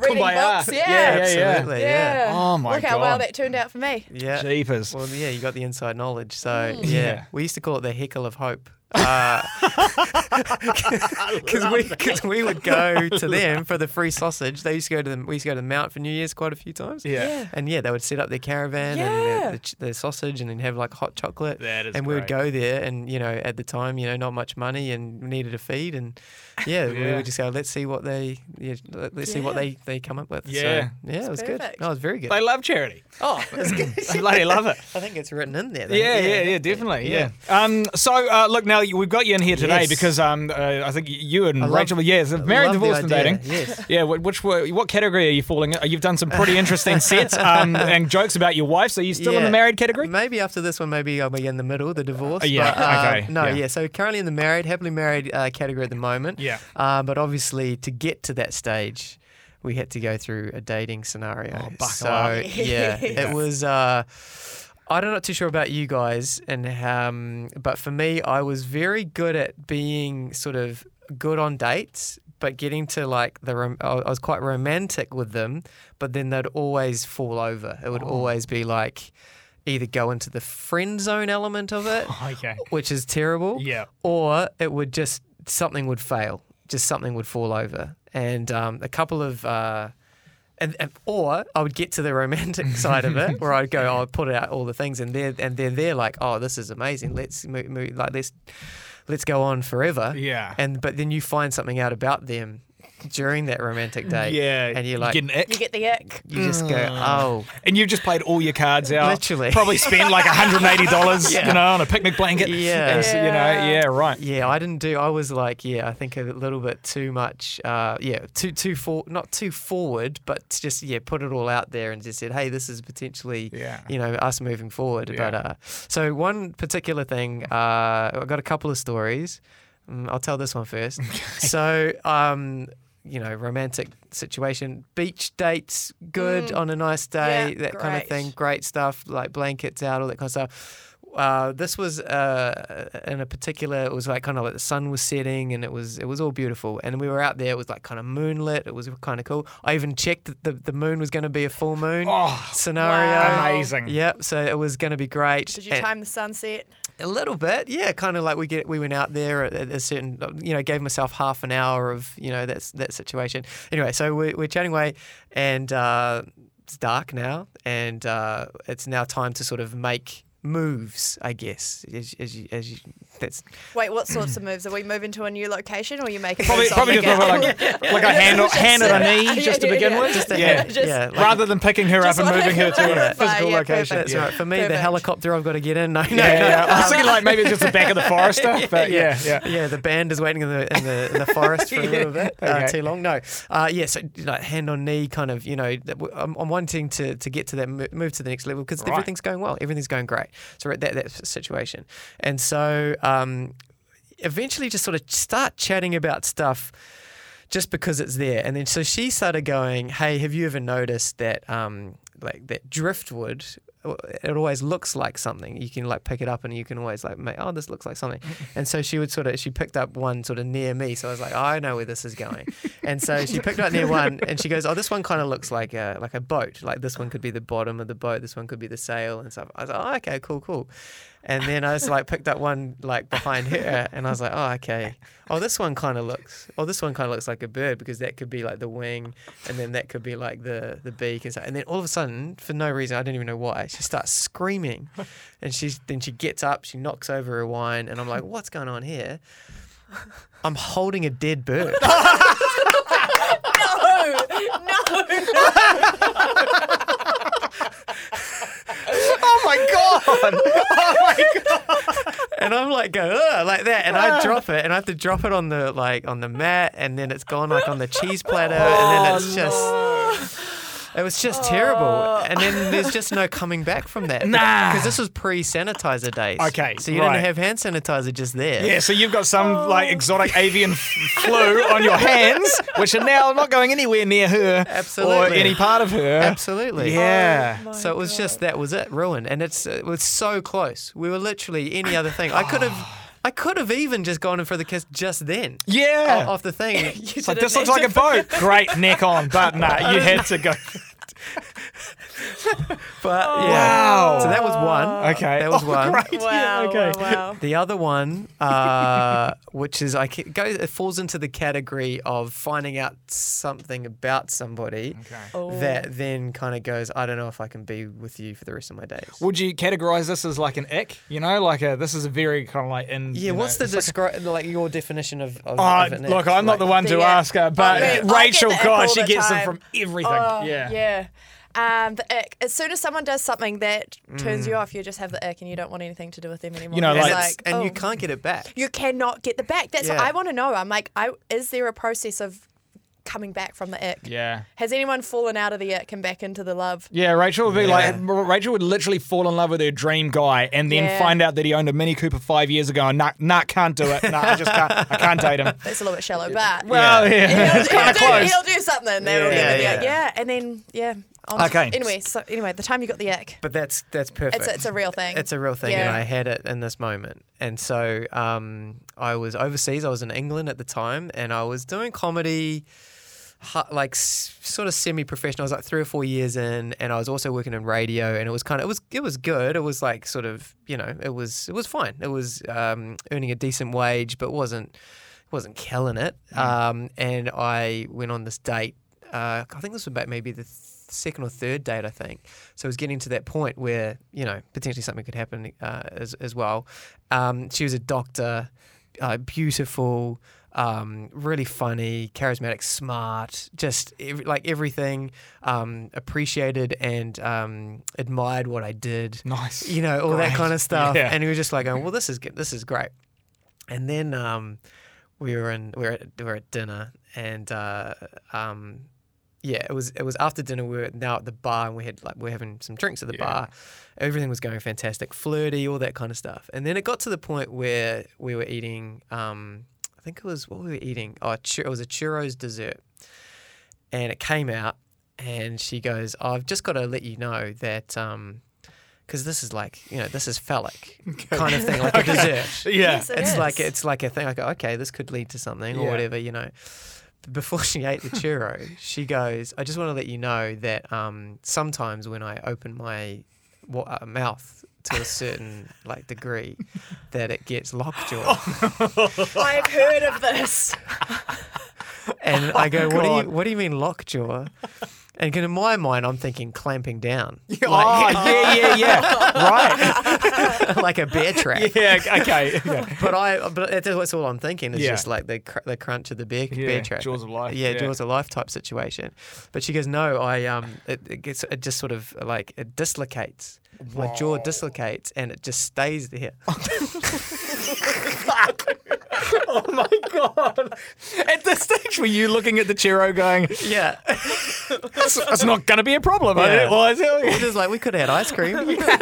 Speaker 3: books, yeah.
Speaker 1: yeah, yeah.
Speaker 5: Absolutely,
Speaker 3: Yeah.
Speaker 1: Oh, my
Speaker 3: Look how well
Speaker 1: God.
Speaker 3: that turned out for me.
Speaker 5: yeah.
Speaker 1: Jeepers.
Speaker 3: Hmm.
Speaker 5: Well, yeah, you got the inside knowledge. So yeah.
Speaker 1: Yeah.
Speaker 5: we used to call it the heckle of hope. because we because we would go to them for the free sausage. They used to go to the we used to go to the Mount for New Year's quite a few times.
Speaker 1: Yeah.
Speaker 3: Yeah.
Speaker 5: And yeah, they would set up their caravan
Speaker 3: Yeah.
Speaker 5: and the, the, ch- the sausage, and then have like hot chocolate.
Speaker 1: That is
Speaker 5: and we would
Speaker 1: great.
Speaker 5: go there, and you know, at the time, you know, not much money, and we needed a feed, and yeah, we
Speaker 1: Yeah.
Speaker 5: would just go, let's see what they, yeah, let- let's see what
Speaker 3: Yeah.
Speaker 5: they they come up with.
Speaker 1: Yeah.
Speaker 5: so, yeah, it was
Speaker 3: perfect.
Speaker 5: good. No, it was very good.
Speaker 1: They love charity.
Speaker 5: oh, it's
Speaker 1: They
Speaker 5: good.
Speaker 1: bloody love it.
Speaker 5: I think it's written in there. though.
Speaker 1: Yeah, yeah, yeah, definitely. Yeah. Um, so, uh, look, now you- we've got you in here today
Speaker 5: Yes.
Speaker 1: because um, uh, I think you and
Speaker 5: I love-
Speaker 1: Rachel, yeah, so
Speaker 5: I
Speaker 1: married,
Speaker 5: love the
Speaker 1: divorced, and
Speaker 5: idea,
Speaker 1: dating.
Speaker 5: yes.
Speaker 1: Yeah. wh- Which were, what category are you falling? in? You've done some pretty interesting sets um, and jokes about your wife. So, you still in the
Speaker 5: Yeah.
Speaker 1: married category?
Speaker 5: Maybe after this one, maybe I'll be in the middle, the divorce.
Speaker 1: Uh, yeah,
Speaker 5: but, uh,
Speaker 1: okay,
Speaker 5: No,
Speaker 1: yeah.
Speaker 5: yeah. So currently in the married, happily married uh, category at the moment.
Speaker 1: Yeah.
Speaker 5: Uh, but obviously, to get to that stage, we had to go through a dating scenario. Oh,
Speaker 1: buckle
Speaker 5: so
Speaker 1: up.
Speaker 5: yeah, it was. Uh, I'm not too sure about you guys, and um, but for me, I was very good at being sort of good on dates, but getting to like the rom- I I was quite romantic with them, but then they'd always fall over. It would always be like either go into the friend zone element of it,
Speaker 1: Okay.
Speaker 5: which is terrible,
Speaker 1: Yeah.
Speaker 5: or it would just something would fail, just something would fall over, and um, a couple of. Uh, and, and or I would get to the romantic side of it, where I'd go, oh, I'd put out all the things, and they're and they're there like, oh, this is amazing. Let's move, move like let's let's go on forever.
Speaker 1: Yeah.
Speaker 5: And but then you find something out about them during that romantic date.
Speaker 1: Yeah.
Speaker 5: And you're
Speaker 1: you
Speaker 5: like,
Speaker 1: get an Mm. ick.
Speaker 3: You get the ick.
Speaker 5: you just go, oh,
Speaker 1: and you've just played all your cards out.
Speaker 5: Literally.
Speaker 1: Probably spent like $180, you
Speaker 5: Yeah.
Speaker 1: know, on a picnic blanket.
Speaker 5: Yeah.
Speaker 1: And so, you know, yeah, right.
Speaker 5: Yeah, I didn't do. I was like, yeah, I think a little bit too much. Uh, yeah, too too for not too forward, but just yeah, put it all out there and just said, hey, this is potentially
Speaker 1: Yeah.
Speaker 5: you know us moving forward. But
Speaker 1: Yeah.
Speaker 5: uh, so one particular thing, uh, I got a couple of stories. Mm, I'll tell this one first. So um. You know, romantic situation, beach dates, good on a nice day,
Speaker 3: Mm. Yeah,
Speaker 5: that kind of
Speaker 3: great.
Speaker 5: thing great stuff like blankets out, all that kind of stuff. Uh, this was uh, in a particular. It was like kind of like the sun was setting, and it was it was all beautiful. And we were out there. It was like kind of moonlit. It was kind of cool. I even checked that the, the moon was going to be a full moon
Speaker 1: Oh,
Speaker 5: scenario.
Speaker 3: wow.
Speaker 1: Amazing.
Speaker 5: Yep. So it was going to be great.
Speaker 3: Did you
Speaker 1: Eh.
Speaker 5: And-
Speaker 3: time the sunset?
Speaker 5: a little bit, yeah. Kind of like we get we went out there at a certain, you know, gave myself half an hour of you know that that situation. Anyway, so we're, we're chatting away, and uh, it's dark now, and uh, it's now time to sort of make moves, I guess. As, as you, as you, that's
Speaker 3: Wait, what sorts of moves? Are we moving to a new location or are you making
Speaker 1: Probably,
Speaker 3: moves on
Speaker 1: probably
Speaker 3: the
Speaker 1: just
Speaker 3: girl?
Speaker 1: like, like a hand, hand and a knee just to
Speaker 3: Yeah, yeah,
Speaker 1: begin
Speaker 3: yeah.
Speaker 1: with.
Speaker 3: Just
Speaker 5: a
Speaker 1: yeah.
Speaker 5: hand,
Speaker 3: Just-
Speaker 5: yeah, like-
Speaker 1: Rather than picking her up
Speaker 3: Just
Speaker 1: and
Speaker 3: wanna-
Speaker 1: moving her to
Speaker 3: Yeah.
Speaker 1: a
Speaker 3: Fine,
Speaker 5: physical
Speaker 3: yeah,
Speaker 5: location.
Speaker 3: perfect.
Speaker 5: That's right. For me, the
Speaker 3: Perfect.
Speaker 5: helicopter I've got to get in. No, no,
Speaker 1: Yeah,
Speaker 5: no.
Speaker 1: yeah. I was thinking like maybe just the back of the forester, but yeah, yeah.
Speaker 5: yeah, the band is waiting in the in the, in the forest for a little bit. Uh,
Speaker 1: Okay.
Speaker 5: Too long, no. Uh, yeah, so like hand on knee, kind of. You know, that w- I'm, I'm wanting to to get to that mo- move to the next level because
Speaker 1: Right.
Speaker 5: everything's going well, everything's going great. So we're at that that situation, and so um, eventually just sort of start chatting about stuff just because it's there. And then so she started going, "Hey, have you ever noticed that um, like that driftwood?" uh, It always looks like something. You can like pick it up, and you can always like, make, oh, this looks like something. And so she would sort of, she picked up one sort of near me. So I was like, I know where this is going. and so she picked up near one, and she goes, oh, this one kind of looks like a like a boat. Like this one could be the bottom of the boat. This one could be the sail and stuff. I was like, oh, okay, cool, cool. And then I just like picked up one like behind her, and I was like, oh, okay. Oh, this one kind of looks. Oh, this one kind of looks like a bird because that could be like the wing, and then that could be like the the beak and stuff. And then all of a sudden, for no reason, I don't even know why, she starts screaming, and she's then she gets up, she knocks over her wine, and I'm like, what's going on here? I'm holding a dead bird.
Speaker 1: Oh my god!
Speaker 5: and I'm like go Ugh, like that, and I drop it, and I have to drop it on the like on the mat, and then it's gone like on the cheese platter, and then it's
Speaker 1: Oh,
Speaker 5: just. It was just terrible, and then there's just no coming back from that.
Speaker 1: Nah.
Speaker 5: because this was pre-sanitizer days.
Speaker 1: Okay,
Speaker 5: so you
Speaker 1: right.
Speaker 5: didn't have hand sanitizer just there.
Speaker 1: Yeah, so you've got some like exotic avian f- flu on your hands, which are now not going anywhere near her or
Speaker 5: Absolutely.
Speaker 1: any part of her.
Speaker 5: absolutely. Oh
Speaker 1: Yeah.
Speaker 5: So it was just that was it ruined, and it's it was so close. We were literally any other thing. I could have, I could have even just gone in for the kiss just then.
Speaker 1: Yeah.
Speaker 5: o- off the thing.
Speaker 1: It's like, this looks like a boat. Great, neck on, but nah, you had to go.
Speaker 5: But yeah. So that was one.
Speaker 1: Okay.
Speaker 5: That was
Speaker 1: Oh,
Speaker 5: one.
Speaker 1: great.
Speaker 3: Wow.
Speaker 1: Yeah, okay.
Speaker 3: Wow. wow.
Speaker 5: The other one, uh, which is I ca- goes, it falls into the category of finding out something about somebody
Speaker 3: Oh.
Speaker 5: that then kind of goes, I don't know if I can be with you for the rest of my days.
Speaker 1: Would you categorize this as like an ick? You know, like a this is a very kind of like in.
Speaker 5: yeah,
Speaker 1: you
Speaker 5: what's
Speaker 1: know,
Speaker 5: the descri- like your definition of? of,
Speaker 1: Oh,
Speaker 5: of an
Speaker 1: look,
Speaker 5: ex?
Speaker 1: I'm not
Speaker 5: Like-
Speaker 1: the one to
Speaker 3: the, uh,
Speaker 1: ask her, but
Speaker 3: I get- I
Speaker 1: Rachel,
Speaker 3: get the ick
Speaker 1: God,
Speaker 3: all
Speaker 1: she
Speaker 3: the
Speaker 1: gets
Speaker 3: time.
Speaker 1: them from everything.
Speaker 3: Oh,
Speaker 1: yeah.
Speaker 3: yeah. Um, the ick. As soon as someone does something that turns you off, you just have the ick and you don't want anything to do with them anymore.
Speaker 1: Mm. You know,
Speaker 5: and,
Speaker 3: It's
Speaker 1: like-
Speaker 5: it's- and you
Speaker 3: oh.
Speaker 5: can't get it back.
Speaker 3: you cannot get the back. That's
Speaker 5: Yeah.
Speaker 3: what I want to know. I'm like, I is there a process of coming back from the ick?
Speaker 1: Yeah.
Speaker 3: Has anyone fallen out of the ick and back into the love?
Speaker 1: Yeah, Rachel would be like,
Speaker 5: Yeah.
Speaker 1: Rachel would literally fall in love with her dream guy and then
Speaker 3: Yeah.
Speaker 1: find out that he owned a Mini Cooper five years ago and, nah, nah, can't do it. Nah, I just can't, I can't date him.
Speaker 3: That's a little bit shallow, but
Speaker 1: Well, yeah,
Speaker 3: he'll,
Speaker 1: it's kind
Speaker 3: he'll
Speaker 1: of
Speaker 3: do,
Speaker 1: close.
Speaker 3: he'll do something. They will
Speaker 5: Yeah,
Speaker 3: get yeah,
Speaker 5: yeah.
Speaker 3: yeah. yeah, and then yeah. on to-
Speaker 1: Okay.
Speaker 3: anyway, so anyway, the time you got the ick,
Speaker 5: But that's that's perfect.
Speaker 3: it's a, it's a real thing.
Speaker 5: It's a real thing,
Speaker 3: Yeah.
Speaker 5: and I had it in this moment. And so um, I was overseas. I was in England at the time, and I was doing comedy, hu- like s- sort of semi-professional. I was like three or four years in, and I was also working in radio. And it was kind of it was it was good. It was like sort of you know it was it was fine. It was um, earning a decent wage, but wasn't wasn't killing it. Um, and I went on this date. Uh, I think this was about maybe the th- second or third date, I think. So it was getting to that point where, you know, potentially something could happen uh, as, as well. Um, she was a doctor, uh, beautiful, um, really funny, charismatic, smart, just ev- like everything, um, appreciated and um, admired what I did.
Speaker 1: Nice.
Speaker 5: You know, all that
Speaker 1: Great.
Speaker 5: kind of stuff.
Speaker 1: Yeah.
Speaker 5: And we were just like, going, well, this is good. This is great. And then um, we were in we were at, we were at dinner, and uh, um, yeah, it was it was after dinner. We were now at the bar, and we had like we were having some drinks at the bar. Everything was going fantastic, flirty, all that kind of stuff. And then it got to the point where we were eating. Um, I think it was what we were eating. Oh, chur- it was a churros dessert, and it came out. And she goes, "I've just got to let you know that." Um, because this is like you know this is phallic kind of thing like a dessert
Speaker 1: Yeah.
Speaker 3: Yes, it
Speaker 5: it's
Speaker 3: is.
Speaker 5: like it's like a thing. I go, okay, this could lead to something or
Speaker 1: Yeah.
Speaker 5: whatever, you know. But Before she ate the churro, she goes, I just want to let you know that um, sometimes when I open my wa- uh, mouth to a certain like degree, that it gets lockjaw.
Speaker 1: Oh
Speaker 3: I've heard of this.
Speaker 5: And I go, what do you what do you mean lockjaw? And 'cause in my mind, I'm thinking clamping down, like,
Speaker 1: oh, yeah, yeah, yeah. right.
Speaker 5: like a bear trap.
Speaker 1: Yeah, okay. Yeah.
Speaker 5: But I, but that's that's all I'm thinking is
Speaker 1: Yeah.
Speaker 5: just like the cr- the crunch of the bear,
Speaker 1: Yeah,
Speaker 5: bear trap,
Speaker 1: Jaws of Life,
Speaker 5: yeah,
Speaker 1: yeah.
Speaker 5: jaws of life type situation. But she goes, no, I um, it, it gets it just sort of like it dislocates. My jaw dislocates and it just stays there.
Speaker 1: Oh, my God. At this stage, were you looking at the churro going,
Speaker 5: yeah,
Speaker 1: it's, it's not going to be a problem. I
Speaker 5: Yeah.
Speaker 1: didn't- well, I tell you.
Speaker 5: it is like we could have had ice cream. we could have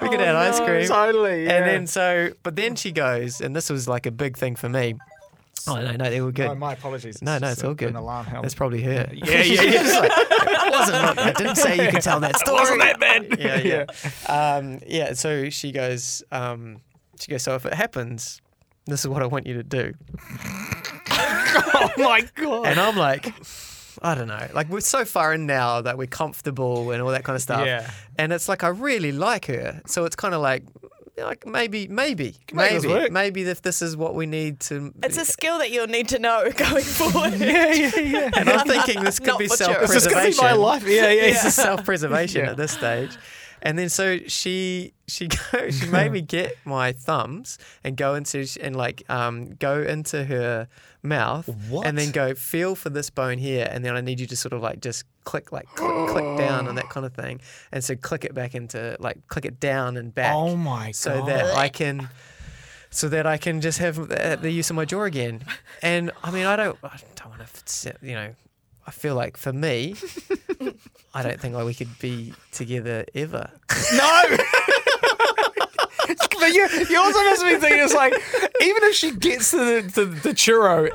Speaker 1: Oh,
Speaker 5: had ice cream.
Speaker 1: Totally. Oh,
Speaker 5: And then so, but then she goes, and this was like a big thing for me. Oh no, no, they were good.
Speaker 1: Oh, my apologies.
Speaker 5: No, no, it's
Speaker 1: a-
Speaker 5: all good.
Speaker 1: An alarm helmet.
Speaker 5: That's probably her.
Speaker 1: Yeah, yeah, yeah.
Speaker 5: It's like, it wasn't. not- I didn't say you could tell that story.
Speaker 1: wasn't that bad.
Speaker 5: Yeah, yeah, Um, yeah. So she goes. Um, she goes. So if it happens, this is what I want you to do.
Speaker 1: oh my god.
Speaker 5: And I'm like, I don't know. Like we're so far in now that we're comfortable and all that kind of stuff.
Speaker 1: Yeah.
Speaker 5: And it's like I really like her, so it's kind of like. Like maybe, maybe,
Speaker 1: make this
Speaker 5: maybe,
Speaker 1: work.
Speaker 5: maybe if this is what we need to,
Speaker 3: It's a skill that you'll need to know going forward.
Speaker 1: yeah, yeah.
Speaker 5: and I'm thinking this could
Speaker 3: Not
Speaker 5: be
Speaker 3: for sure.
Speaker 5: self-preservation.
Speaker 3: This
Speaker 1: This is gonna be my life. Yeah, yeah.
Speaker 5: it's just self-preservation
Speaker 1: Yeah.
Speaker 5: at this stage. And then so she she go, she made me get my thumbs and go into and like um, go into her mouth and then go feel for this bone here and then I need you to sort of like just click like click, click down and that kind of thing and so click it back into like click it down and back
Speaker 1: Oh my
Speaker 5: so
Speaker 1: God.
Speaker 5: that I can so that I can just have uh, the, the use of my jaw again. And I mean, I don't, I don't want to, you know, I feel like for me, I don't think like we could be together ever.
Speaker 1: No. But you, you also must be thinking it's like, even if she gets to the, to the churro,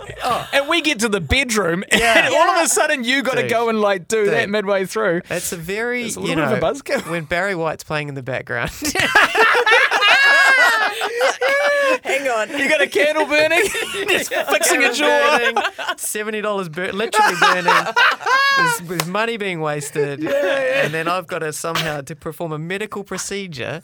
Speaker 1: and we get to the bedroom, and all of a sudden you got to
Speaker 5: Dude.
Speaker 1: go and like do that
Speaker 5: Dude.
Speaker 1: midway through.
Speaker 5: It's a very,
Speaker 1: It's a
Speaker 5: you
Speaker 1: little bit
Speaker 5: know,
Speaker 1: of a buzzkill.
Speaker 5: when Barry White's playing in the background.
Speaker 3: Hang on.
Speaker 1: You got a candle burning? Just fixing a jaw.
Speaker 5: Burning, Seventy dollars, bur- literally burning. There's, there's money being wasted, and then I've got to somehow to perform a medical procedure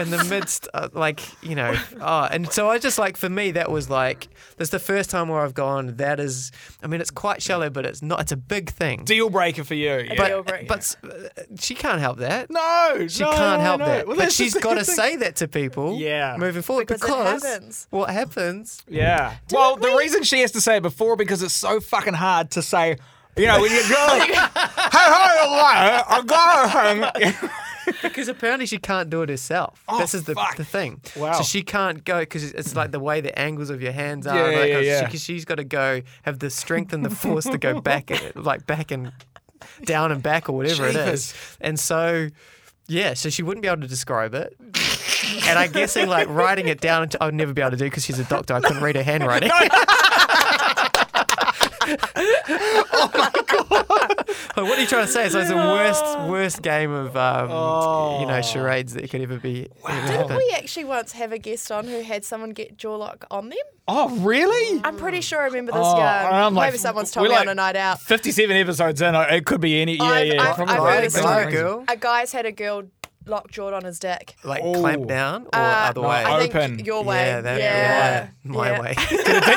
Speaker 5: in the midst, of, like you know. Oh, and so I just like for me that was like that's the first time where I've gone. That is, I mean, it's quite shallow, but it's not. It's a big thing.
Speaker 1: Deal breaker for you. yeah.
Speaker 3: deal
Speaker 5: but
Speaker 3: breaker.
Speaker 5: but s- uh, she can't help that.
Speaker 1: no,
Speaker 5: She
Speaker 1: no,
Speaker 5: can't
Speaker 1: no,
Speaker 5: help
Speaker 1: no.
Speaker 5: that.
Speaker 1: Well,
Speaker 5: but
Speaker 1: that's the
Speaker 5: she's
Speaker 1: thing.
Speaker 5: got to say that to people.
Speaker 1: Yeah.
Speaker 5: Moving forward
Speaker 3: Because it
Speaker 5: because
Speaker 3: happens.
Speaker 5: what happens?
Speaker 1: Yeah. well, the reason she has to say it before because it's so fucking hard to say. You know, when you go, hey, hey, I'm going home.
Speaker 5: Because apparently she can't do it herself.
Speaker 1: Oh,
Speaker 5: this is the,
Speaker 1: fuck.
Speaker 5: the thing.
Speaker 1: Wow.
Speaker 5: So she can't go because it's like the way the angles of your hands are.
Speaker 1: Yeah,
Speaker 5: and all that
Speaker 1: yeah,
Speaker 5: kind of-
Speaker 1: yeah.
Speaker 5: She, 'cause she's got to go have the strength and the force to go back, at it, like back and down and back or whatever it
Speaker 1: Jeepers.
Speaker 5: is. And so, yeah, so she wouldn't be able to describe it. and I'm guessing like writing it down, I would never be able to do because she's a doctor. I couldn't read her handwriting. oh my god! what are you trying to say? So it's the worst, worst game of um, you
Speaker 1: Oh.
Speaker 5: know charades that could ever be. ever
Speaker 3: Didn't
Speaker 5: happen.
Speaker 3: we actually once have a guest on who had someone get jaw lock on them?
Speaker 1: Oh, really?
Speaker 3: I'm pretty sure I remember this
Speaker 1: Oh,
Speaker 3: yarn.
Speaker 1: I'm like-
Speaker 3: Maybe someone's
Speaker 1: we're
Speaker 3: told me
Speaker 1: like-
Speaker 3: on a night out.
Speaker 1: 57 episodes in, it could be any. Yeah,
Speaker 3: I've-
Speaker 1: yeah.
Speaker 3: I've-
Speaker 1: probably.
Speaker 3: I've heard a
Speaker 5: Like,
Speaker 3: story.
Speaker 5: like, girl,
Speaker 3: A guy's had a girl lock jawed on his dick.
Speaker 5: like
Speaker 1: Oh.
Speaker 5: clamp down or
Speaker 3: Uh,
Speaker 5: other way.
Speaker 3: I
Speaker 1: Open.
Speaker 3: think your way.
Speaker 5: Yeah, that
Speaker 3: yeah.
Speaker 5: my
Speaker 3: Yeah.
Speaker 5: way,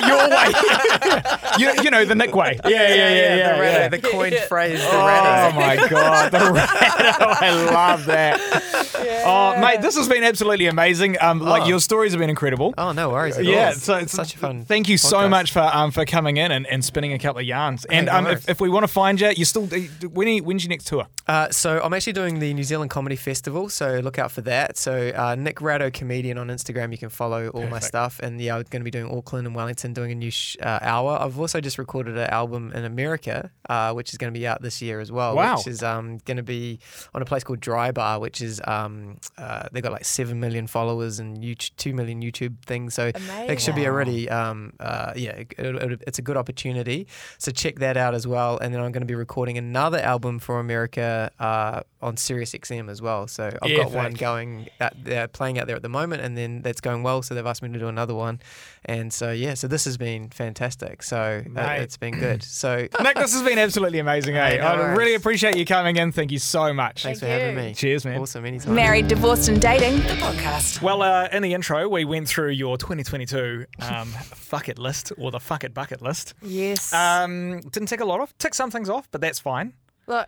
Speaker 1: Your way. you, you know, the Nick way. Yeah, yeah, yeah. yeah,
Speaker 5: the,
Speaker 1: yeah.
Speaker 5: the coined phrase, the
Speaker 1: Oh
Speaker 5: ratto.
Speaker 1: my god, the rattle! I love that. Oh, mate, this has been absolutely amazing. Um, like
Speaker 5: Oh.
Speaker 1: your stories have been incredible.
Speaker 5: Oh no worries. at all.
Speaker 1: Yeah, so it's
Speaker 5: such a fun.
Speaker 1: Thank you so
Speaker 5: podcast.
Speaker 1: much for um for coming in and, and spinning a couple of yarns. And
Speaker 5: no
Speaker 1: um,
Speaker 5: worries.
Speaker 1: if, if we want to find you, you still when are you, when's your next tour?
Speaker 5: Uh, so I'm actually doing the New Zealand Comedy Festival, so look out for that. So uh, Nick Ratto, comedian on Instagram, you can follow all my stuff. And yeah, I'm going to be doing Auckland and Wellington, doing a new sh- uh, hour. I've also just recorded an album in America, uh, which is going to be out this year as well.
Speaker 1: Wow.
Speaker 5: Which is um, going to be on a place called Dry Bar, which is um, uh, they got like seven million followers and YouTube, two million YouTube things. So it should be a really um, uh, yeah, it, it- it's a good opportunity. So check that out as well. And then I'm going to be recording another album for America uh, on Sirius XM as well. So I've got
Speaker 1: Epic.
Speaker 5: one going that they're playing out there at the moment, and then that's going well. So they've asked me to do another one. And so yeah, so this has been fantastic. So uh,
Speaker 1: Mate.
Speaker 5: it's been good. So
Speaker 1: Nick, this has been absolutely amazing. eh?
Speaker 5: Hey, no
Speaker 1: I
Speaker 5: worries.
Speaker 1: really appreciate you coming in. Thank you so much.
Speaker 5: thanks for
Speaker 3: Thank
Speaker 5: having
Speaker 3: you.
Speaker 5: me.
Speaker 1: Cheers, man.
Speaker 5: Awesome. Anytime.
Speaker 4: Married, divorced, and dating. The podcast.
Speaker 1: Well, uh, in the intro, we went through your 2022 um, fuck it list or the fuck it bucket list.
Speaker 3: Yes.
Speaker 1: Um, didn't tick a lot off. Tick some things off, but that's fine.
Speaker 3: Look,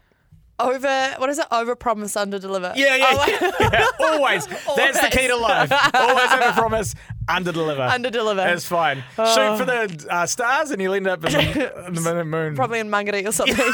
Speaker 3: over, what is it? Oh, Over promise, under deliver.
Speaker 1: Yeah, yeah, Oh, yeah. Always. That's the key to life. Always over promise, under deliver.
Speaker 3: Underdeliver. Oh.
Speaker 1: It's fine. Shoot for the uh, stars and you'll end up in the, in the moon- moon.
Speaker 3: Probably in Mangere or something.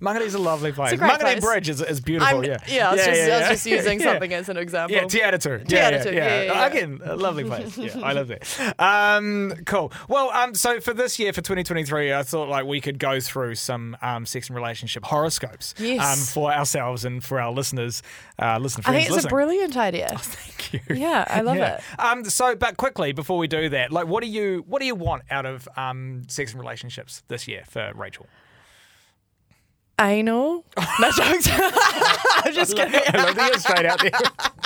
Speaker 1: Mangaree's a lovely place.
Speaker 3: great
Speaker 1: Mangaree
Speaker 3: place.
Speaker 1: Bridge is, is beautiful,
Speaker 3: I'm,
Speaker 1: yeah.
Speaker 3: yeah, I was, just, I was just using
Speaker 1: Yeah.
Speaker 3: something as an example.
Speaker 1: Yeah, Te Aratu.
Speaker 3: Aratu, yeah, yeah, yeah.
Speaker 1: Again, a lovely place. Yeah, I love that. Um, cool. Well, um, so for this year, for 2023, I thought like we could go through some um, sex and relationship horoscopes
Speaker 3: Yes.
Speaker 1: um, for ourselves and for our listeners, uh, listener
Speaker 3: I
Speaker 1: friends
Speaker 3: think it's
Speaker 1: listening.
Speaker 3: a brilliant idea.
Speaker 1: Oh, Thank you.
Speaker 3: Yeah, I love it.
Speaker 1: Um, so, but quickly before we do that, like, what do you what do you want out of um, sex and relationships this year for Rachel?
Speaker 3: Anal. No jokes. I'm just
Speaker 1: Look,
Speaker 3: kidding.
Speaker 1: look, you're straight out there.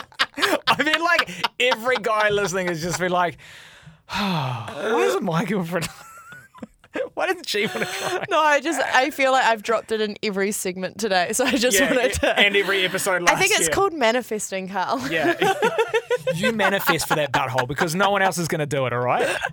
Speaker 1: I mean, like every guy listening has just been like, oh, "Why isn't my girlfriend? Why didn't she want to try?"
Speaker 3: No, I just I feel like I've dropped it in every segment today, so I just wanted to.
Speaker 1: and every episode
Speaker 3: I
Speaker 1: last
Speaker 3: think it's
Speaker 1: year.
Speaker 3: called manifesting, Carl.
Speaker 1: Yeah, you manifest for that butthole because no one else is going to do it. All right?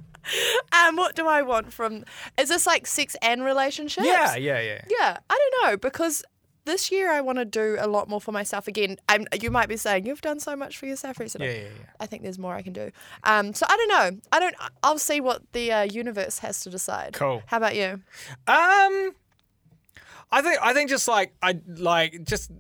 Speaker 3: Um, what do I want from? Is this like sex and relationships?
Speaker 1: Yeah, yeah, yeah.
Speaker 3: Yeah, I don't know because this year I want to do a lot more for myself again. I'm, you might be saying you've done so much for yourself recently.
Speaker 1: Yeah, yeah, yeah.
Speaker 3: I think there's more I can do. Um, so I don't know. I don't. I'll see what the uh, universe has to decide.
Speaker 1: Cool.
Speaker 3: How about you?
Speaker 1: Um, I think I think just like I like just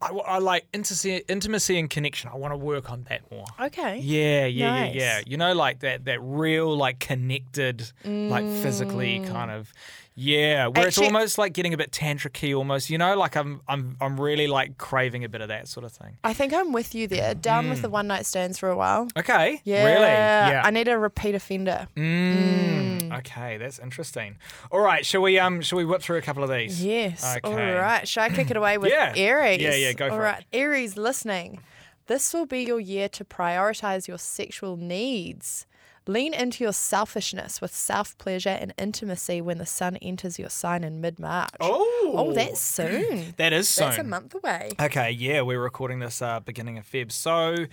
Speaker 1: I, I like intimacy, intimacy and connection. I want to work on that more.
Speaker 3: Okay.
Speaker 1: Yeah, yeah,
Speaker 3: Nice.
Speaker 1: yeah, yeah. You know, like that that real like connected, like physically kind of. Yeah, where it's
Speaker 3: Mm. Actually-
Speaker 1: almost like getting a bit tantricky, almost. You know, like I'm, I'm, I'm really like craving a bit of that sort of thing.
Speaker 3: I think I'm with you there. Down with the one night stands for a while.
Speaker 1: Okay,
Speaker 3: Yeah.
Speaker 1: Mm. really, yeah.
Speaker 3: I need a repeat offender.
Speaker 1: Mm, Okay, that's interesting. All right, shall we, um, shall we whip through a couple of these?
Speaker 3: Yes.
Speaker 1: Okay.
Speaker 3: All right. Should I kick it away with
Speaker 1: Yeah.
Speaker 3: Aries?
Speaker 1: Yeah, yeah, Yeah, go for
Speaker 3: All
Speaker 1: it.
Speaker 3: right, Aries listening. This will be your year to prioritize your sexual needs. Lean into your selfishness with self pleasure and intimacy when the sun enters your sign in mid March.
Speaker 1: Oh,
Speaker 3: Oh, that's soon.
Speaker 1: that is soon.
Speaker 3: That's a month away.
Speaker 1: Okay, yeah, we're recording this uh, beginning of Feb. So,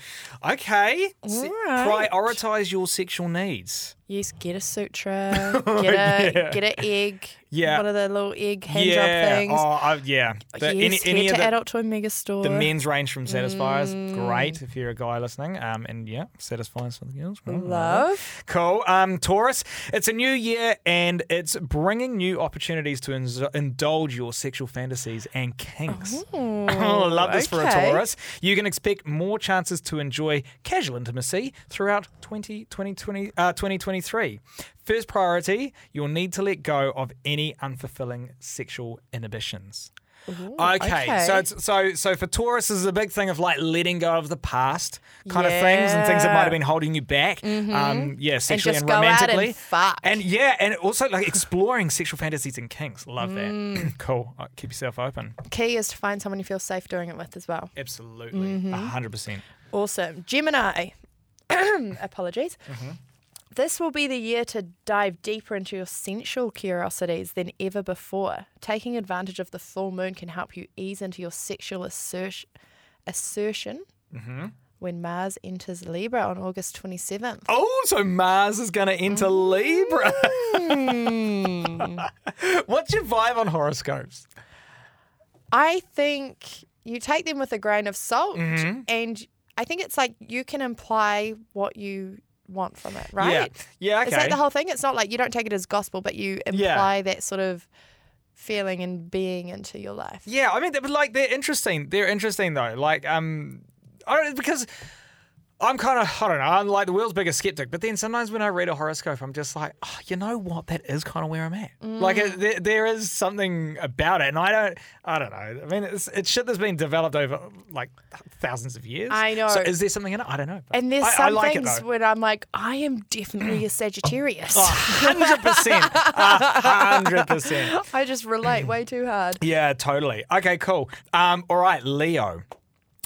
Speaker 1: okay, se-
Speaker 3: Alright.
Speaker 1: prioritize your sexual needs.
Speaker 3: Yes, get a sutra, get a
Speaker 1: yeah.
Speaker 3: get an egg.
Speaker 1: Yeah.
Speaker 3: One of the little egg hand
Speaker 1: yeah,
Speaker 3: job things.
Speaker 1: oh, I- yeah. The-
Speaker 3: yes,
Speaker 1: any any
Speaker 3: head
Speaker 1: of
Speaker 3: to
Speaker 1: the,
Speaker 3: adult toy mega store.
Speaker 1: the men's range from Satisfiers,
Speaker 3: Mm.
Speaker 1: great if you're a guy listening. Um, and yeah, Satisfiers for the girls. right?
Speaker 3: Love.
Speaker 1: Cool. Um, Taurus, it's a new year and it's bringing new opportunities to in- indulge your sexual fantasies and kinks. I love this for a
Speaker 3: Oh, okay.
Speaker 1: Taurus. You can expect more chances to enjoy casual intimacy throughout 20, 2020 uh, 2023. First priority, you'll need to let go of any unfulfilling sexual inhibitions. okay. so
Speaker 3: okay.
Speaker 1: it's so so for Taurus this is a big thing of like letting go of the past kind of things and things that might have
Speaker 3: Yeah.
Speaker 1: been holding you back. Um, yeah, sexually
Speaker 3: just
Speaker 1: and,
Speaker 3: go out and
Speaker 1: romantically.
Speaker 3: fuck.
Speaker 1: And yeah, and also like exploring sexual fantasies and kinks. Love that.
Speaker 3: Mm.
Speaker 1: cool. Uh, keep yourself open.
Speaker 3: Key is to find someone you feel safe doing it with as well.
Speaker 1: Absolutely. Mm-hmm. a
Speaker 3: Mm-hmm.
Speaker 1: 100%.
Speaker 3: Awesome. Gemini. Apologies. This will be the year to dive deeper into your sensual curiosities than ever before. Taking advantage of the full moon can help you ease into your sexual assertion, assertion when Mars enters Libra on August 27th.
Speaker 1: Oh, so Mars is going to enter
Speaker 3: Mm.
Speaker 1: Libra. What's your vibe on horoscopes?
Speaker 3: I think you take them with a grain of salt,
Speaker 1: Mm-hmm.
Speaker 3: and I think it's like you can imply what you want from it, right?
Speaker 1: Yeah,
Speaker 3: It's
Speaker 1: okay.
Speaker 3: like the whole thing. It's not like you don't take it as gospel, but you
Speaker 1: Yeah.
Speaker 3: imply that sort of feeling and being into your life.
Speaker 1: Yeah, I mean, they- but like they're interesting. They're interesting though. Like, um, I don't because I'm kind of I don't know. I'm like the world's biggest skeptic. But then sometimes when I read a horoscope, I'm just like, oh, you know what? That is kind of where I'm at.
Speaker 3: Mm.
Speaker 1: Like, it, there, there is something about it, and I don't, I don't know. I mean, it's, it's shit that's been developed over like thousands of years.
Speaker 3: I know.
Speaker 1: So is there something in it? I don't know. but
Speaker 3: And there's
Speaker 1: I,
Speaker 3: some
Speaker 1: I like
Speaker 3: things
Speaker 1: it though.
Speaker 3: when I'm like, I am definitely a Sagittarius.
Speaker 1: Oh. Hundred percent. Hundred percent.
Speaker 3: I just relate way too hard.
Speaker 1: Yeah, totally. Okay, cool. Um, all right, Leo.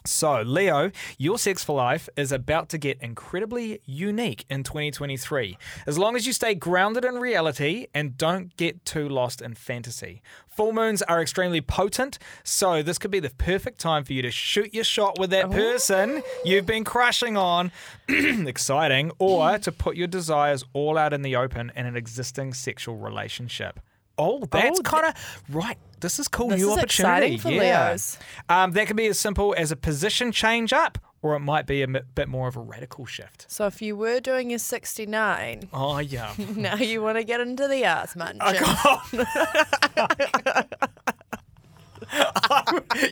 Speaker 1: So, Leo, your sex for life is about to get incredibly unique in 2023. As long as you stay grounded in reality and don't get too lost in fantasy. Full moons are extremely potent, so this could be the perfect time for you to shoot your shot with that
Speaker 3: Oh.
Speaker 1: person you've been crushing on. Exciting. Or to put your desires all out in the open in an existing sexual relationship. Oh, that's
Speaker 3: Oh, th-
Speaker 1: kind of right. This is cool.
Speaker 3: This
Speaker 1: new
Speaker 3: is
Speaker 1: opportunity.
Speaker 3: exciting for
Speaker 1: yeah.
Speaker 3: Leos.
Speaker 1: Um, that can be as simple as a position change up, or it might be a mi- bit more of a radical shift.
Speaker 3: So if you were doing your 69,
Speaker 1: Oh yeah.
Speaker 3: now you want to get into the arts munch.
Speaker 1: Oh,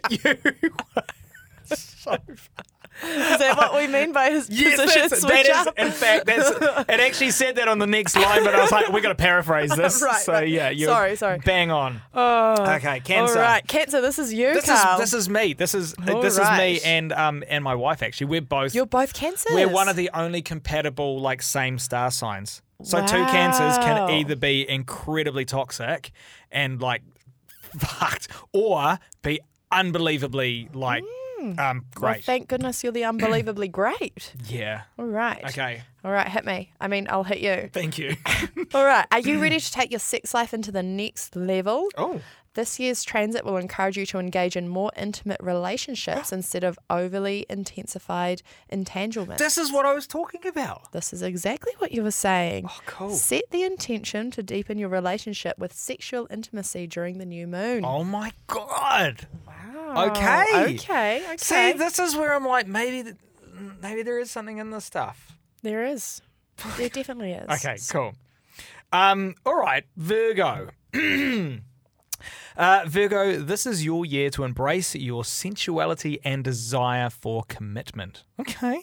Speaker 1: you.
Speaker 3: Is that what we mean by his position
Speaker 1: Yes, that's,
Speaker 3: switch
Speaker 1: that is.
Speaker 3: up?
Speaker 1: In fact, that's it. Actually, said that on the next line, but I was like, we're going to paraphrase this.
Speaker 3: Right,
Speaker 1: so
Speaker 3: right.
Speaker 1: yeah, you're
Speaker 3: Sorry, sorry. Oh,
Speaker 1: Bang on. okay,
Speaker 3: All
Speaker 1: cancer.
Speaker 3: right, Cancer, this is you,
Speaker 1: This is,
Speaker 3: Carl.
Speaker 1: this is me. This is
Speaker 3: All
Speaker 1: this
Speaker 3: right.
Speaker 1: is me and um and my wife actually. We're both
Speaker 3: You're both Cancers.
Speaker 1: We're one of the only compatible like same star signs. So two cancers
Speaker 3: Wow.
Speaker 1: can either be incredibly toxic and like fucked or be unbelievably like um
Speaker 3: Mm. Well,
Speaker 1: great.
Speaker 3: thank goodness you're the unbelievably great.
Speaker 1: yeah.
Speaker 3: All right.
Speaker 1: Okay.
Speaker 3: All right, hit me. I mean, I'll hit you.
Speaker 1: Thank you.
Speaker 3: All right. Are you ready to take your sex life into the next level?
Speaker 1: oh.
Speaker 3: This year's transit will encourage you to engage in more intimate relationships
Speaker 1: Oh.
Speaker 3: instead of overly intensified entanglements.
Speaker 1: This is what I was talking about.
Speaker 3: This is exactly what you were saying. Oh,
Speaker 1: cool.
Speaker 3: Set the intention to deepen your relationship with sexual intimacy during the new moon.
Speaker 1: Oh my god.
Speaker 3: Wow.
Speaker 1: okay.
Speaker 3: Okay. Okay.
Speaker 1: See, this is where I'm like maybe th- maybe there is something in this stuff.
Speaker 3: there is. There definitely is.
Speaker 1: Okay, cool. Um, all right, Virgo. uh, Virgo, this is your year to embrace your sensuality and desire for commitment. Okay.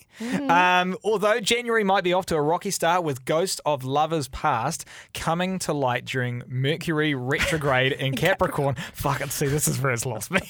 Speaker 1: Um, although January might be off to a rocky start with Ghost of Lovers Past coming to light during Mercury retrograde in Capricorn. Fuck it, see, this is where it's lost me.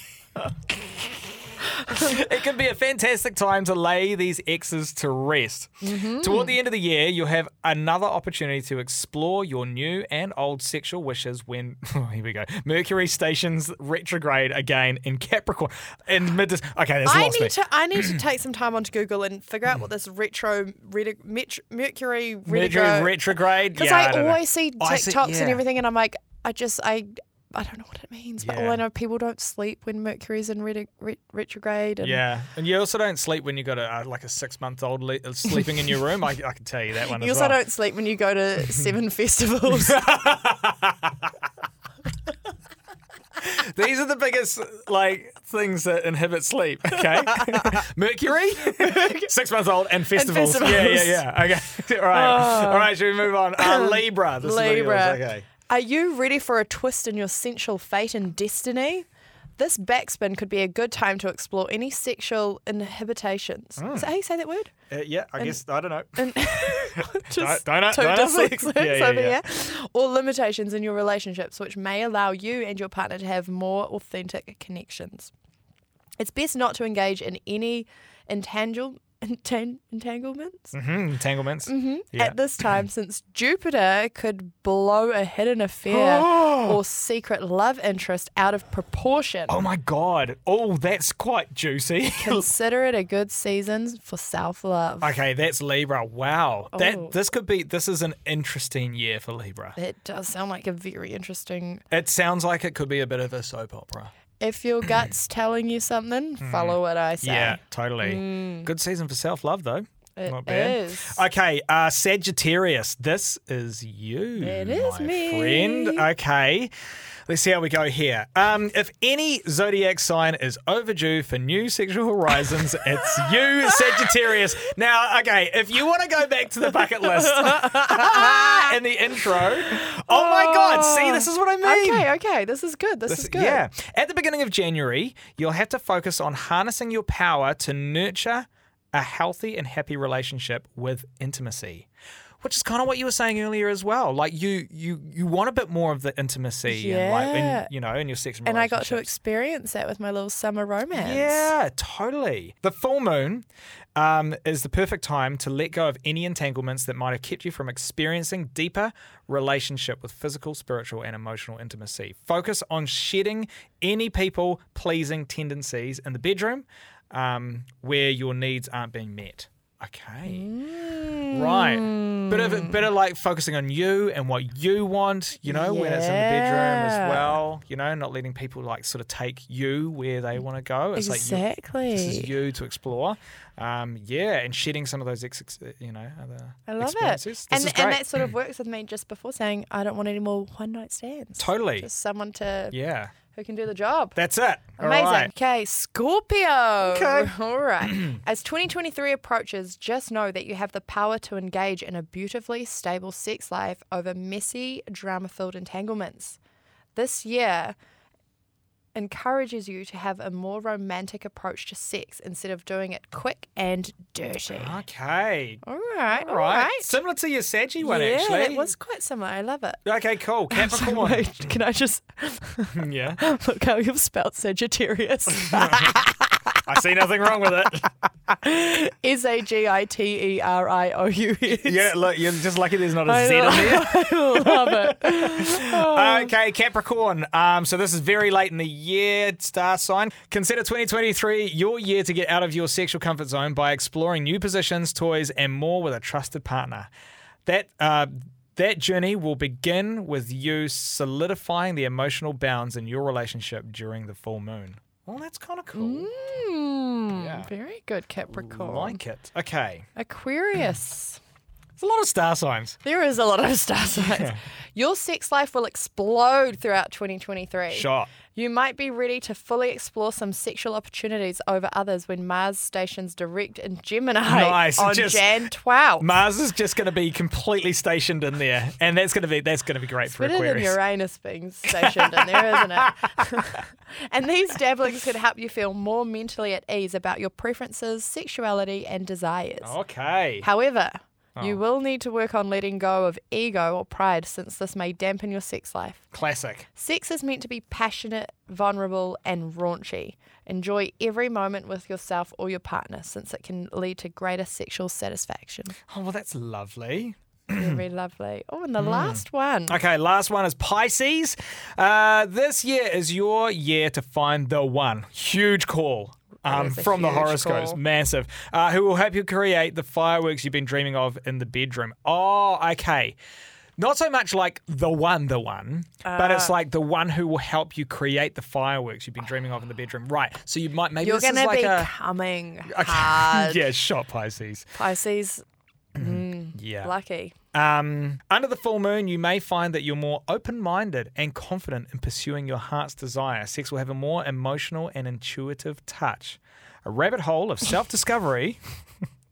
Speaker 1: it could be a fantastic time to lay these exes to rest.
Speaker 3: Mm-hmm.
Speaker 1: Toward the end of the year, you'll have another opportunity to explore your new and old sexual wishes when, oh, here we go, Mercury stations retrograde again in Capricorn. In mid- okay, that's
Speaker 3: I
Speaker 1: lost
Speaker 3: need
Speaker 1: me.
Speaker 3: to I need to take some time onto Google and figure out what this retro redi- metr-
Speaker 1: Mercury
Speaker 3: Mercury retro
Speaker 1: retrograde.
Speaker 3: because
Speaker 1: yeah,
Speaker 3: I,
Speaker 1: I don't know.
Speaker 3: always see
Speaker 1: Oh, I
Speaker 3: TikToks
Speaker 1: see- yeah.
Speaker 3: and everything, and I'm like, I just I I don't know what it means, but all
Speaker 1: Yeah.
Speaker 3: I know people don't sleep when Mercury's in redi- re- retrograde. And
Speaker 1: Yeah, and you also don't sleep when you got a uh, like a six month old le- uh, sleeping in your room. I, I can tell you that one.
Speaker 3: You
Speaker 1: as
Speaker 3: also
Speaker 1: well.
Speaker 3: don't sleep when you go to seven festivals.
Speaker 1: These are the biggest like things that inhibit sleep. Okay, Mercury, six months old, and festivals. Yeah, yeah,
Speaker 3: festivals.
Speaker 1: yeah. Okay, all right, all right. Should we move on? Uh, Libra. This is one of yours.
Speaker 3: Oh. Libra.
Speaker 1: Okay.
Speaker 3: Are you ready for a twist in your sensual fate and destiny? This backspin could be a good time to explore any sexual inhibitions. Is that how you say that word?
Speaker 1: Uh, yeah, I guess I don't know.
Speaker 3: And uh, just
Speaker 1: don't know-
Speaker 3: two
Speaker 1: don't know.
Speaker 3: dyslexics
Speaker 1: Yeah, yeah,
Speaker 3: over
Speaker 1: yeah.
Speaker 3: here. Or limitations in your relationships, which may allow you and your partner to have more authentic connections. It's best not to engage in any entangle, entan- entanglements
Speaker 1: Mhm, entanglements.
Speaker 3: mm-hmm.
Speaker 1: Mm-hmm. Yeah.
Speaker 3: at this time since Jupiter could blow a hidden affair or secret love interest out of proportion.
Speaker 1: Oh my god. Oh, that's quite juicy.
Speaker 3: Consider it a good season for self love.
Speaker 1: okay, that's Libra. Wow.
Speaker 3: Oh.
Speaker 1: That this could be. This is an interesting year for Libra.
Speaker 3: It does sound like a very interesting.
Speaker 1: It sounds like it could be a bit of a soap opera.
Speaker 3: If your gut's telling you something, follow what I say.
Speaker 1: Hmm.
Speaker 3: Mm.
Speaker 1: Yeah, totally. Good season for self love, though.
Speaker 3: It
Speaker 1: Not bad.
Speaker 3: is.
Speaker 1: Okay, uh, Sagittarius, this is you.
Speaker 3: It is
Speaker 1: my
Speaker 3: me.
Speaker 1: Friend. Okay. Let's see how we go here. Um, if any zodiac sign is overdue for new sexual horizons, it's you, Sagittarius. Now, okay, if you want to go back to the bucket list in the intro, oh, my God, see, this is what I mean.
Speaker 3: Okay, okay. This is good. This, is good.
Speaker 1: Yeah. At the beginning of January, you'll have to focus on harnessing your power to nurture a healthy and happy relationship with intimacy. Which is kind of what you were saying earlier as well. Like you you you want a bit more of the intimacy and like
Speaker 3: Yeah.
Speaker 1: and, you know, in your sex
Speaker 3: And I got to
Speaker 1: relationships.
Speaker 3: experience that with my little summer romance.
Speaker 1: Yeah, totally. The full moon um, is the perfect time to let go of any entanglements that might have kept you from experiencing deeper relationship with physical, spiritual, and emotional intimacy. Focus on shedding any people pleasing tendencies in the bedroom um, where your needs aren't being met. Okay. Right. Bit of bit of like focusing on you and what you want, you know, when it's in the bedroom as
Speaker 3: Yeah.
Speaker 1: well. You know, not letting people like sort of take you where they want to go. It's like
Speaker 3: Exactly.
Speaker 1: you, this is you to explore. Um, yeah, and shedding some of those ex, ex- you know, other
Speaker 3: I love it.
Speaker 1: experiences. This
Speaker 3: and
Speaker 1: is
Speaker 3: and
Speaker 1: great.
Speaker 3: that sort of works with me just before saying I don't want any more one night stands.
Speaker 1: Totally.
Speaker 3: Just someone to
Speaker 1: yeah.
Speaker 3: who can do the job.
Speaker 1: That's it. All
Speaker 3: Amazing.
Speaker 1: right.
Speaker 3: Okay, Scorpio. Okay. All right. As 2023 approaches, just know that you have the power to engage in a beautifully stable sex life over messy, drama filled entanglements. This year encourages you to have a more romantic approach to sex instead of doing it quick and dirty.
Speaker 1: Okay.
Speaker 3: All right.
Speaker 1: Uh, All right. Similar to your Saggy one,
Speaker 3: yeah,
Speaker 1: actually.
Speaker 3: it was quite similar. I love it.
Speaker 1: Okay, cool. Capricorn.
Speaker 3: Wait, can I just
Speaker 1: yeah.
Speaker 3: look how you've spelled Sagittarius?
Speaker 1: I see nothing wrong with it.
Speaker 3: S A G I T E R I O U S.
Speaker 1: Yeah, look, you're just lucky there's not a
Speaker 3: I
Speaker 1: Z on
Speaker 3: know.
Speaker 1: there.
Speaker 3: I love it.
Speaker 1: Okay, Capricorn. Um, so this is very late in the year, star sign. Consider 2023 your year to get out of your sexual comfort zone by exploring new positions, toys, and more with a trusted partner. That uh, that journey will begin with you solidifying the emotional bounds in your relationship during the full moon. Well, that's kind of cool.
Speaker 3: Hmm,
Speaker 1: Yeah.
Speaker 3: Very good, Capricorn.
Speaker 1: Like it. Okay,
Speaker 3: Aquarius.
Speaker 1: it's a lot of star signs.
Speaker 3: There is a lot of star signs. Your sex life will explode throughout 2023.
Speaker 1: Shot.
Speaker 3: You might be ready to fully explore some sexual opportunities over others when Mars stations direct in Gemini
Speaker 1: Nice,
Speaker 3: on
Speaker 1: just-
Speaker 3: Jan 12.
Speaker 1: Mars is just going to be completely stationed in there, and that's going to be that's going to be great
Speaker 3: It's
Speaker 1: for
Speaker 3: better than
Speaker 1: Aquarius.
Speaker 3: Uranus being stationed in there, isn't it? and these dabblings could help you feel more
Speaker 1: Oh.
Speaker 3: mentally at ease about your preferences, sexuality, and desires.
Speaker 1: Okay.
Speaker 3: However,
Speaker 1: Oh.
Speaker 3: You will need to work on letting go of ego or pride since this may dampen your sex life.
Speaker 1: Classic.
Speaker 3: Sex is meant to be passionate, vulnerable, and raunchy. Enjoy every moment with yourself or your partner since it can lead to greater sexual satisfaction.
Speaker 1: Oh, well, that's lovely. Hmm.
Speaker 3: Very lovely. Oh, and the last one.
Speaker 1: Okay, last one is Pisces. Uh, this year is your year to find the one. Huge call. Um,
Speaker 3: is a
Speaker 1: from the
Speaker 3: huge
Speaker 1: horoscopes,
Speaker 3: call.
Speaker 1: massive. Uh, who will help you create the fireworks you've been dreaming of in the bedroom? Oh, okay. Not so much like the one, the one, but
Speaker 3: Uh,
Speaker 1: it's like the one who will help you create the fireworks you've been dreaming of in the bedroom. Right. So you might maybe
Speaker 3: You're
Speaker 1: this
Speaker 3: going
Speaker 1: is
Speaker 3: to
Speaker 1: like
Speaker 3: be
Speaker 1: a
Speaker 3: coming
Speaker 1: okay.
Speaker 3: hard.
Speaker 1: yeah, shot Pisces.
Speaker 3: Pisces,
Speaker 1: Yeah.
Speaker 3: lucky.
Speaker 1: Um, under the full moon, you may find that you're more open minded and confident in pursuing your heart's desire. Sex will have a more emotional and intuitive touch. A rabbit hole of self discovery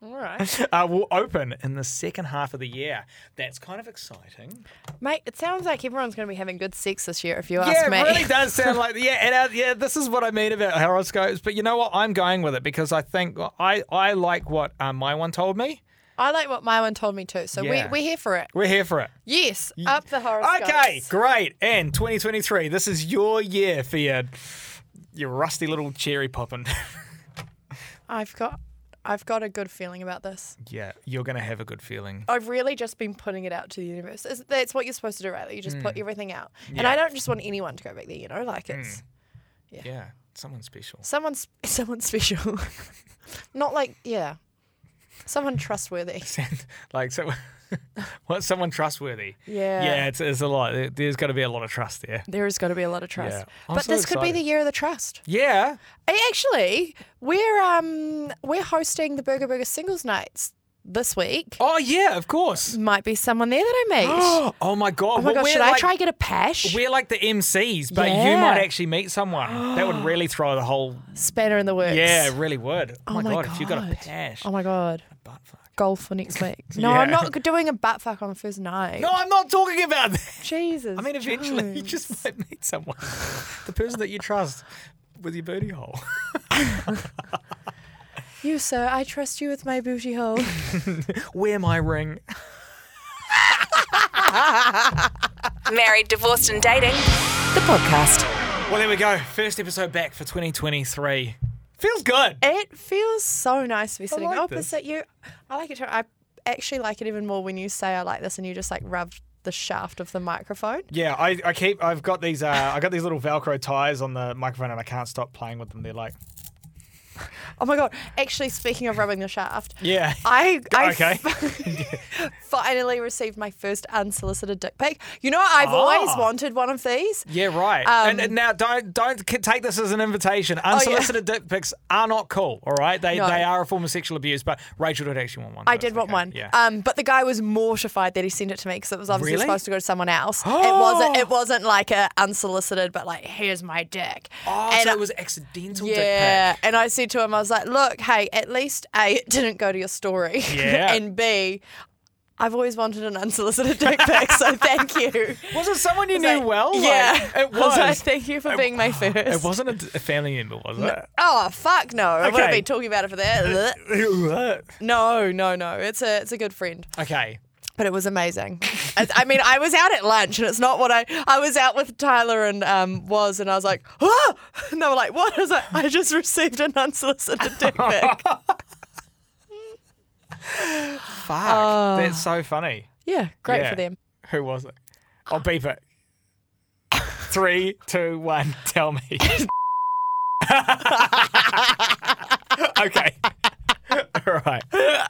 Speaker 3: All right.
Speaker 1: uh, will open in the second half of the year. That's kind of exciting.
Speaker 3: Mate, it sounds like everyone's going to be having good sex this year, if you
Speaker 1: yeah,
Speaker 3: ask me.
Speaker 1: it really does sound like yeah, and, uh, yeah. This is what I mean about horoscopes. But you know what? I'm going with it because I think I I like what uh, my one told me.
Speaker 3: I like what my one told me too, so
Speaker 1: Yeah.
Speaker 3: we, we're here for it.
Speaker 1: We're here for it.
Speaker 3: Yes, up the horoscopes.
Speaker 1: Okay, great. And 2023, this is your year for your your rusty little cherry popping.
Speaker 3: I've got, I've got a good feeling about this.
Speaker 1: yeah, you're gonna have a good feeling.
Speaker 3: I've really just been putting it out to the universe. It's, that's what you're supposed to do, right? Like, you just
Speaker 1: Mm.
Speaker 3: put everything out. And I don't just want anyone to go back there, you know? Like it's
Speaker 1: Mm. Yeah, someone special.
Speaker 3: someone's someone special. Not like, yeah, someone trustworthy.
Speaker 1: like so, what? Someone trustworthy.
Speaker 3: Yeah.
Speaker 1: Yeah, it's, it's a lot. There- There's got to be a lot of trust there.
Speaker 3: There has got to be a lot of trust.
Speaker 1: Yeah. I'm
Speaker 3: But
Speaker 1: so
Speaker 3: this could be the
Speaker 1: excited.
Speaker 3: year of the trust.
Speaker 1: Yeah.
Speaker 3: Hey, actually, we're um we're hosting the Burger Burger Singles Nights this week.
Speaker 1: Oh yeah, of course.
Speaker 3: Might be someone there that I meet. oh
Speaker 1: oh my god.
Speaker 3: my
Speaker 1: Well,
Speaker 3: gosh,
Speaker 1: we're
Speaker 3: should I
Speaker 1: like-
Speaker 3: try and get a pash?
Speaker 1: We're like the MCs, but you
Speaker 3: Yeah.
Speaker 1: might actually meet someone. that would really throw the whole.
Speaker 3: Spanner in the works.
Speaker 1: Yeah, it really would. Oh,
Speaker 3: Oh
Speaker 1: my,
Speaker 3: my
Speaker 1: god, if you got a
Speaker 3: God.
Speaker 1: pash.
Speaker 3: Oh my god.
Speaker 1: butt fuck.
Speaker 3: goal for next week. No, I'm
Speaker 1: Yeah.
Speaker 3: not g- doing a butt fuck on the first night.
Speaker 1: No, I'm not talking about that.
Speaker 3: Jesus.
Speaker 1: I mean, eventually you
Speaker 3: Jones.
Speaker 1: just might meet someone, the person that you trust with your booty hole.
Speaker 3: You, sir, I trust you with my booty hole.
Speaker 1: Wear my ring.
Speaker 4: Married, divorced, and dating. The podcast.
Speaker 1: Well, there we go. First episode back for 2023. Feels good.
Speaker 3: it feels so nice to be sitting
Speaker 1: like
Speaker 3: opposite you. I like it. too. I actually like it even more when you say I like this and you just like rub the shaft of the microphone.
Speaker 1: Yeah, I, I keep. I've got these. Uh, I got these little Velcro ties on the microphone, and I can't stop playing with them. They're like,
Speaker 3: Oh my god! Actually, speaking of rubbing the shaft,
Speaker 1: yeah.
Speaker 3: I, I
Speaker 1: Okay.
Speaker 3: f- finally received my first unsolicited dick pic. You know, I've always
Speaker 1: Ah.
Speaker 3: wanted one of these.
Speaker 1: Yeah, right.
Speaker 3: Um, Oh,
Speaker 1: and, and now don't don't c- take this as an invitation. Unsolicited dick pics are not cool. All right, they
Speaker 3: No.
Speaker 1: they are a form of sexual abuse. But Rachel did actually want one.
Speaker 3: I
Speaker 1: so
Speaker 3: did
Speaker 1: it's
Speaker 3: want
Speaker 1: okay.
Speaker 3: one.
Speaker 1: Yeah.
Speaker 3: Um, but the guy was mortified that he sent it to me because it was obviously
Speaker 1: Really?
Speaker 3: supposed to go to someone else. It wasn't. It wasn't like a unsolicited, but like here's my dick.
Speaker 1: oh,
Speaker 3: and
Speaker 1: so
Speaker 3: I-
Speaker 1: it was accidental.
Speaker 3: yeah,
Speaker 1: Dick pic.
Speaker 3: and I said to him, I was like, "Look, hey, at least a, it didn't go to your story,
Speaker 1: Yeah.
Speaker 3: and b, I've always wanted an unsolicited dick pic, so thank you."
Speaker 1: Was it someone you
Speaker 3: It's
Speaker 1: knew
Speaker 3: like,
Speaker 1: well? Like,
Speaker 3: yeah,
Speaker 1: it
Speaker 3: I was
Speaker 1: was.
Speaker 3: like, "Thank you for being my first.
Speaker 1: it wasn't a d- a family member, was it?
Speaker 3: Oh fuck no! I wouldn't
Speaker 1: Okay.
Speaker 3: be talking about it for that. no, no, no. It's a it's a good friend.
Speaker 1: okay.
Speaker 3: but it was amazing. I I mean, I was out at lunch, and it's not what I I was out with Tyler and um was, and I was like, ah! and they were like, what? I was like, I just received an unsolicited dick pic.
Speaker 1: Fuck. That's so funny.
Speaker 3: yeah, Oh. great
Speaker 1: Yeah.
Speaker 3: for them.
Speaker 1: Who was it? I'll beep it. Three, two, one. Tell me. okay. All right.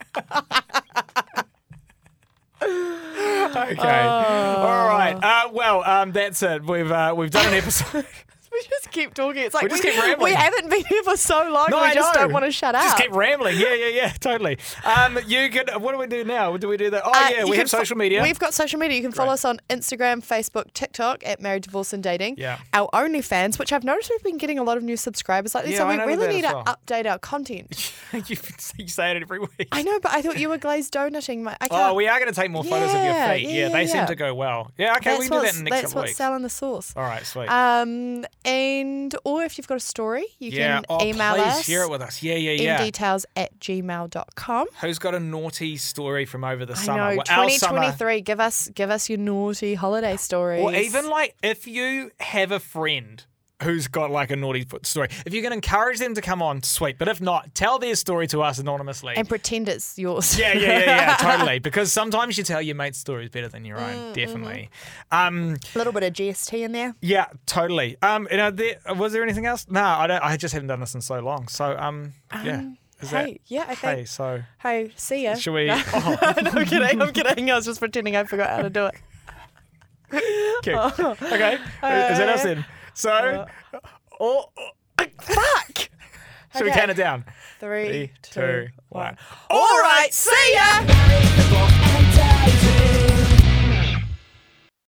Speaker 1: okay.
Speaker 3: Oh.
Speaker 1: All right. Uh, well, um, that's it. We've uh, we've done an episode.
Speaker 3: We just keep talking. It's like we,
Speaker 1: We just keep rambling.
Speaker 3: we haven't been here for so long.
Speaker 1: No,
Speaker 3: we
Speaker 1: I
Speaker 3: just
Speaker 1: know.
Speaker 3: don't want to shut up.
Speaker 1: Just keep rambling. Yeah, yeah, yeah. Totally. Um, you could. What do we do now? Do we do that? Oh
Speaker 3: Uh,
Speaker 1: yeah,
Speaker 3: you
Speaker 1: we have
Speaker 3: can fo-
Speaker 1: social media.
Speaker 3: We've got social media. You can follow
Speaker 1: Great.
Speaker 3: us on Instagram, Facebook, TikTok at Married, Divorce, and Dating.
Speaker 1: Yeah.
Speaker 3: Our OnlyFans, which I've noticed we've been getting a lot of new subscribers lately,
Speaker 1: Yeah,
Speaker 3: so
Speaker 1: I
Speaker 3: we
Speaker 1: noticed
Speaker 3: really
Speaker 1: that
Speaker 3: need
Speaker 1: as
Speaker 3: to
Speaker 1: well.
Speaker 3: update our content.
Speaker 1: you, you say it every week.
Speaker 3: I know, but I thought you were glazed donating. My, I can't.
Speaker 1: Oh, we are going to take more photos of your
Speaker 3: Yeah,
Speaker 1: feet.
Speaker 3: yeah,
Speaker 1: Yeah,
Speaker 3: yeah,
Speaker 1: they seem
Speaker 3: yeah.
Speaker 1: to go well. Yeah, okay,
Speaker 3: that's
Speaker 1: we can do that
Speaker 3: what's-
Speaker 1: in the next
Speaker 3: That's
Speaker 1: couple of
Speaker 3: what's
Speaker 1: weeks.
Speaker 3: selling the sauce.
Speaker 1: All right, sweet.
Speaker 3: Um, And or if you've got a story, you
Speaker 1: yeah.
Speaker 3: can
Speaker 1: Oh,
Speaker 3: email
Speaker 1: please
Speaker 3: us
Speaker 1: share it with us. Yeah, yeah,
Speaker 3: in
Speaker 1: yeah.
Speaker 3: details at gmail.com.
Speaker 1: Who's got a naughty story from over the
Speaker 3: I
Speaker 1: summer?
Speaker 3: know,
Speaker 1: Well, our summer.
Speaker 3: 2023. Give us give us your naughty holiday stories.
Speaker 1: Or even like if you have a friend who's got like a naughty foot story, if you can encourage them to come on, sweet. But if not, tell their story to us anonymously.
Speaker 3: and pretend it's yours.
Speaker 1: yeah, yeah, yeah, yeah, totally. Because sometimes you tell your mate's stories better than your
Speaker 3: Mm,
Speaker 1: own,
Speaker 3: mm-hmm.
Speaker 1: definitely. Um,
Speaker 3: A little bit of GST in there.
Speaker 1: yeah, totally. Um, you know, there, was there anything else? No, I don't. I just haven't done this in so long. So, um, yeah, is that
Speaker 3: Hey, yeah, I think.
Speaker 1: hey? So,
Speaker 3: Hey, see ya.
Speaker 1: should we?
Speaker 3: No,
Speaker 1: Oh,
Speaker 3: I'm kidding. I'm kidding. I was just pretending I forgot how to do it.
Speaker 1: okay,
Speaker 3: Oh.
Speaker 1: okay. is that us then? So, oh,
Speaker 3: Uh, Fuck.
Speaker 1: should we
Speaker 3: Okay.
Speaker 1: count it down?
Speaker 3: Three,
Speaker 1: Three,
Speaker 3: two,
Speaker 1: two, one.
Speaker 3: All right. See ya.
Speaker 2: Marry the boss and Daisy.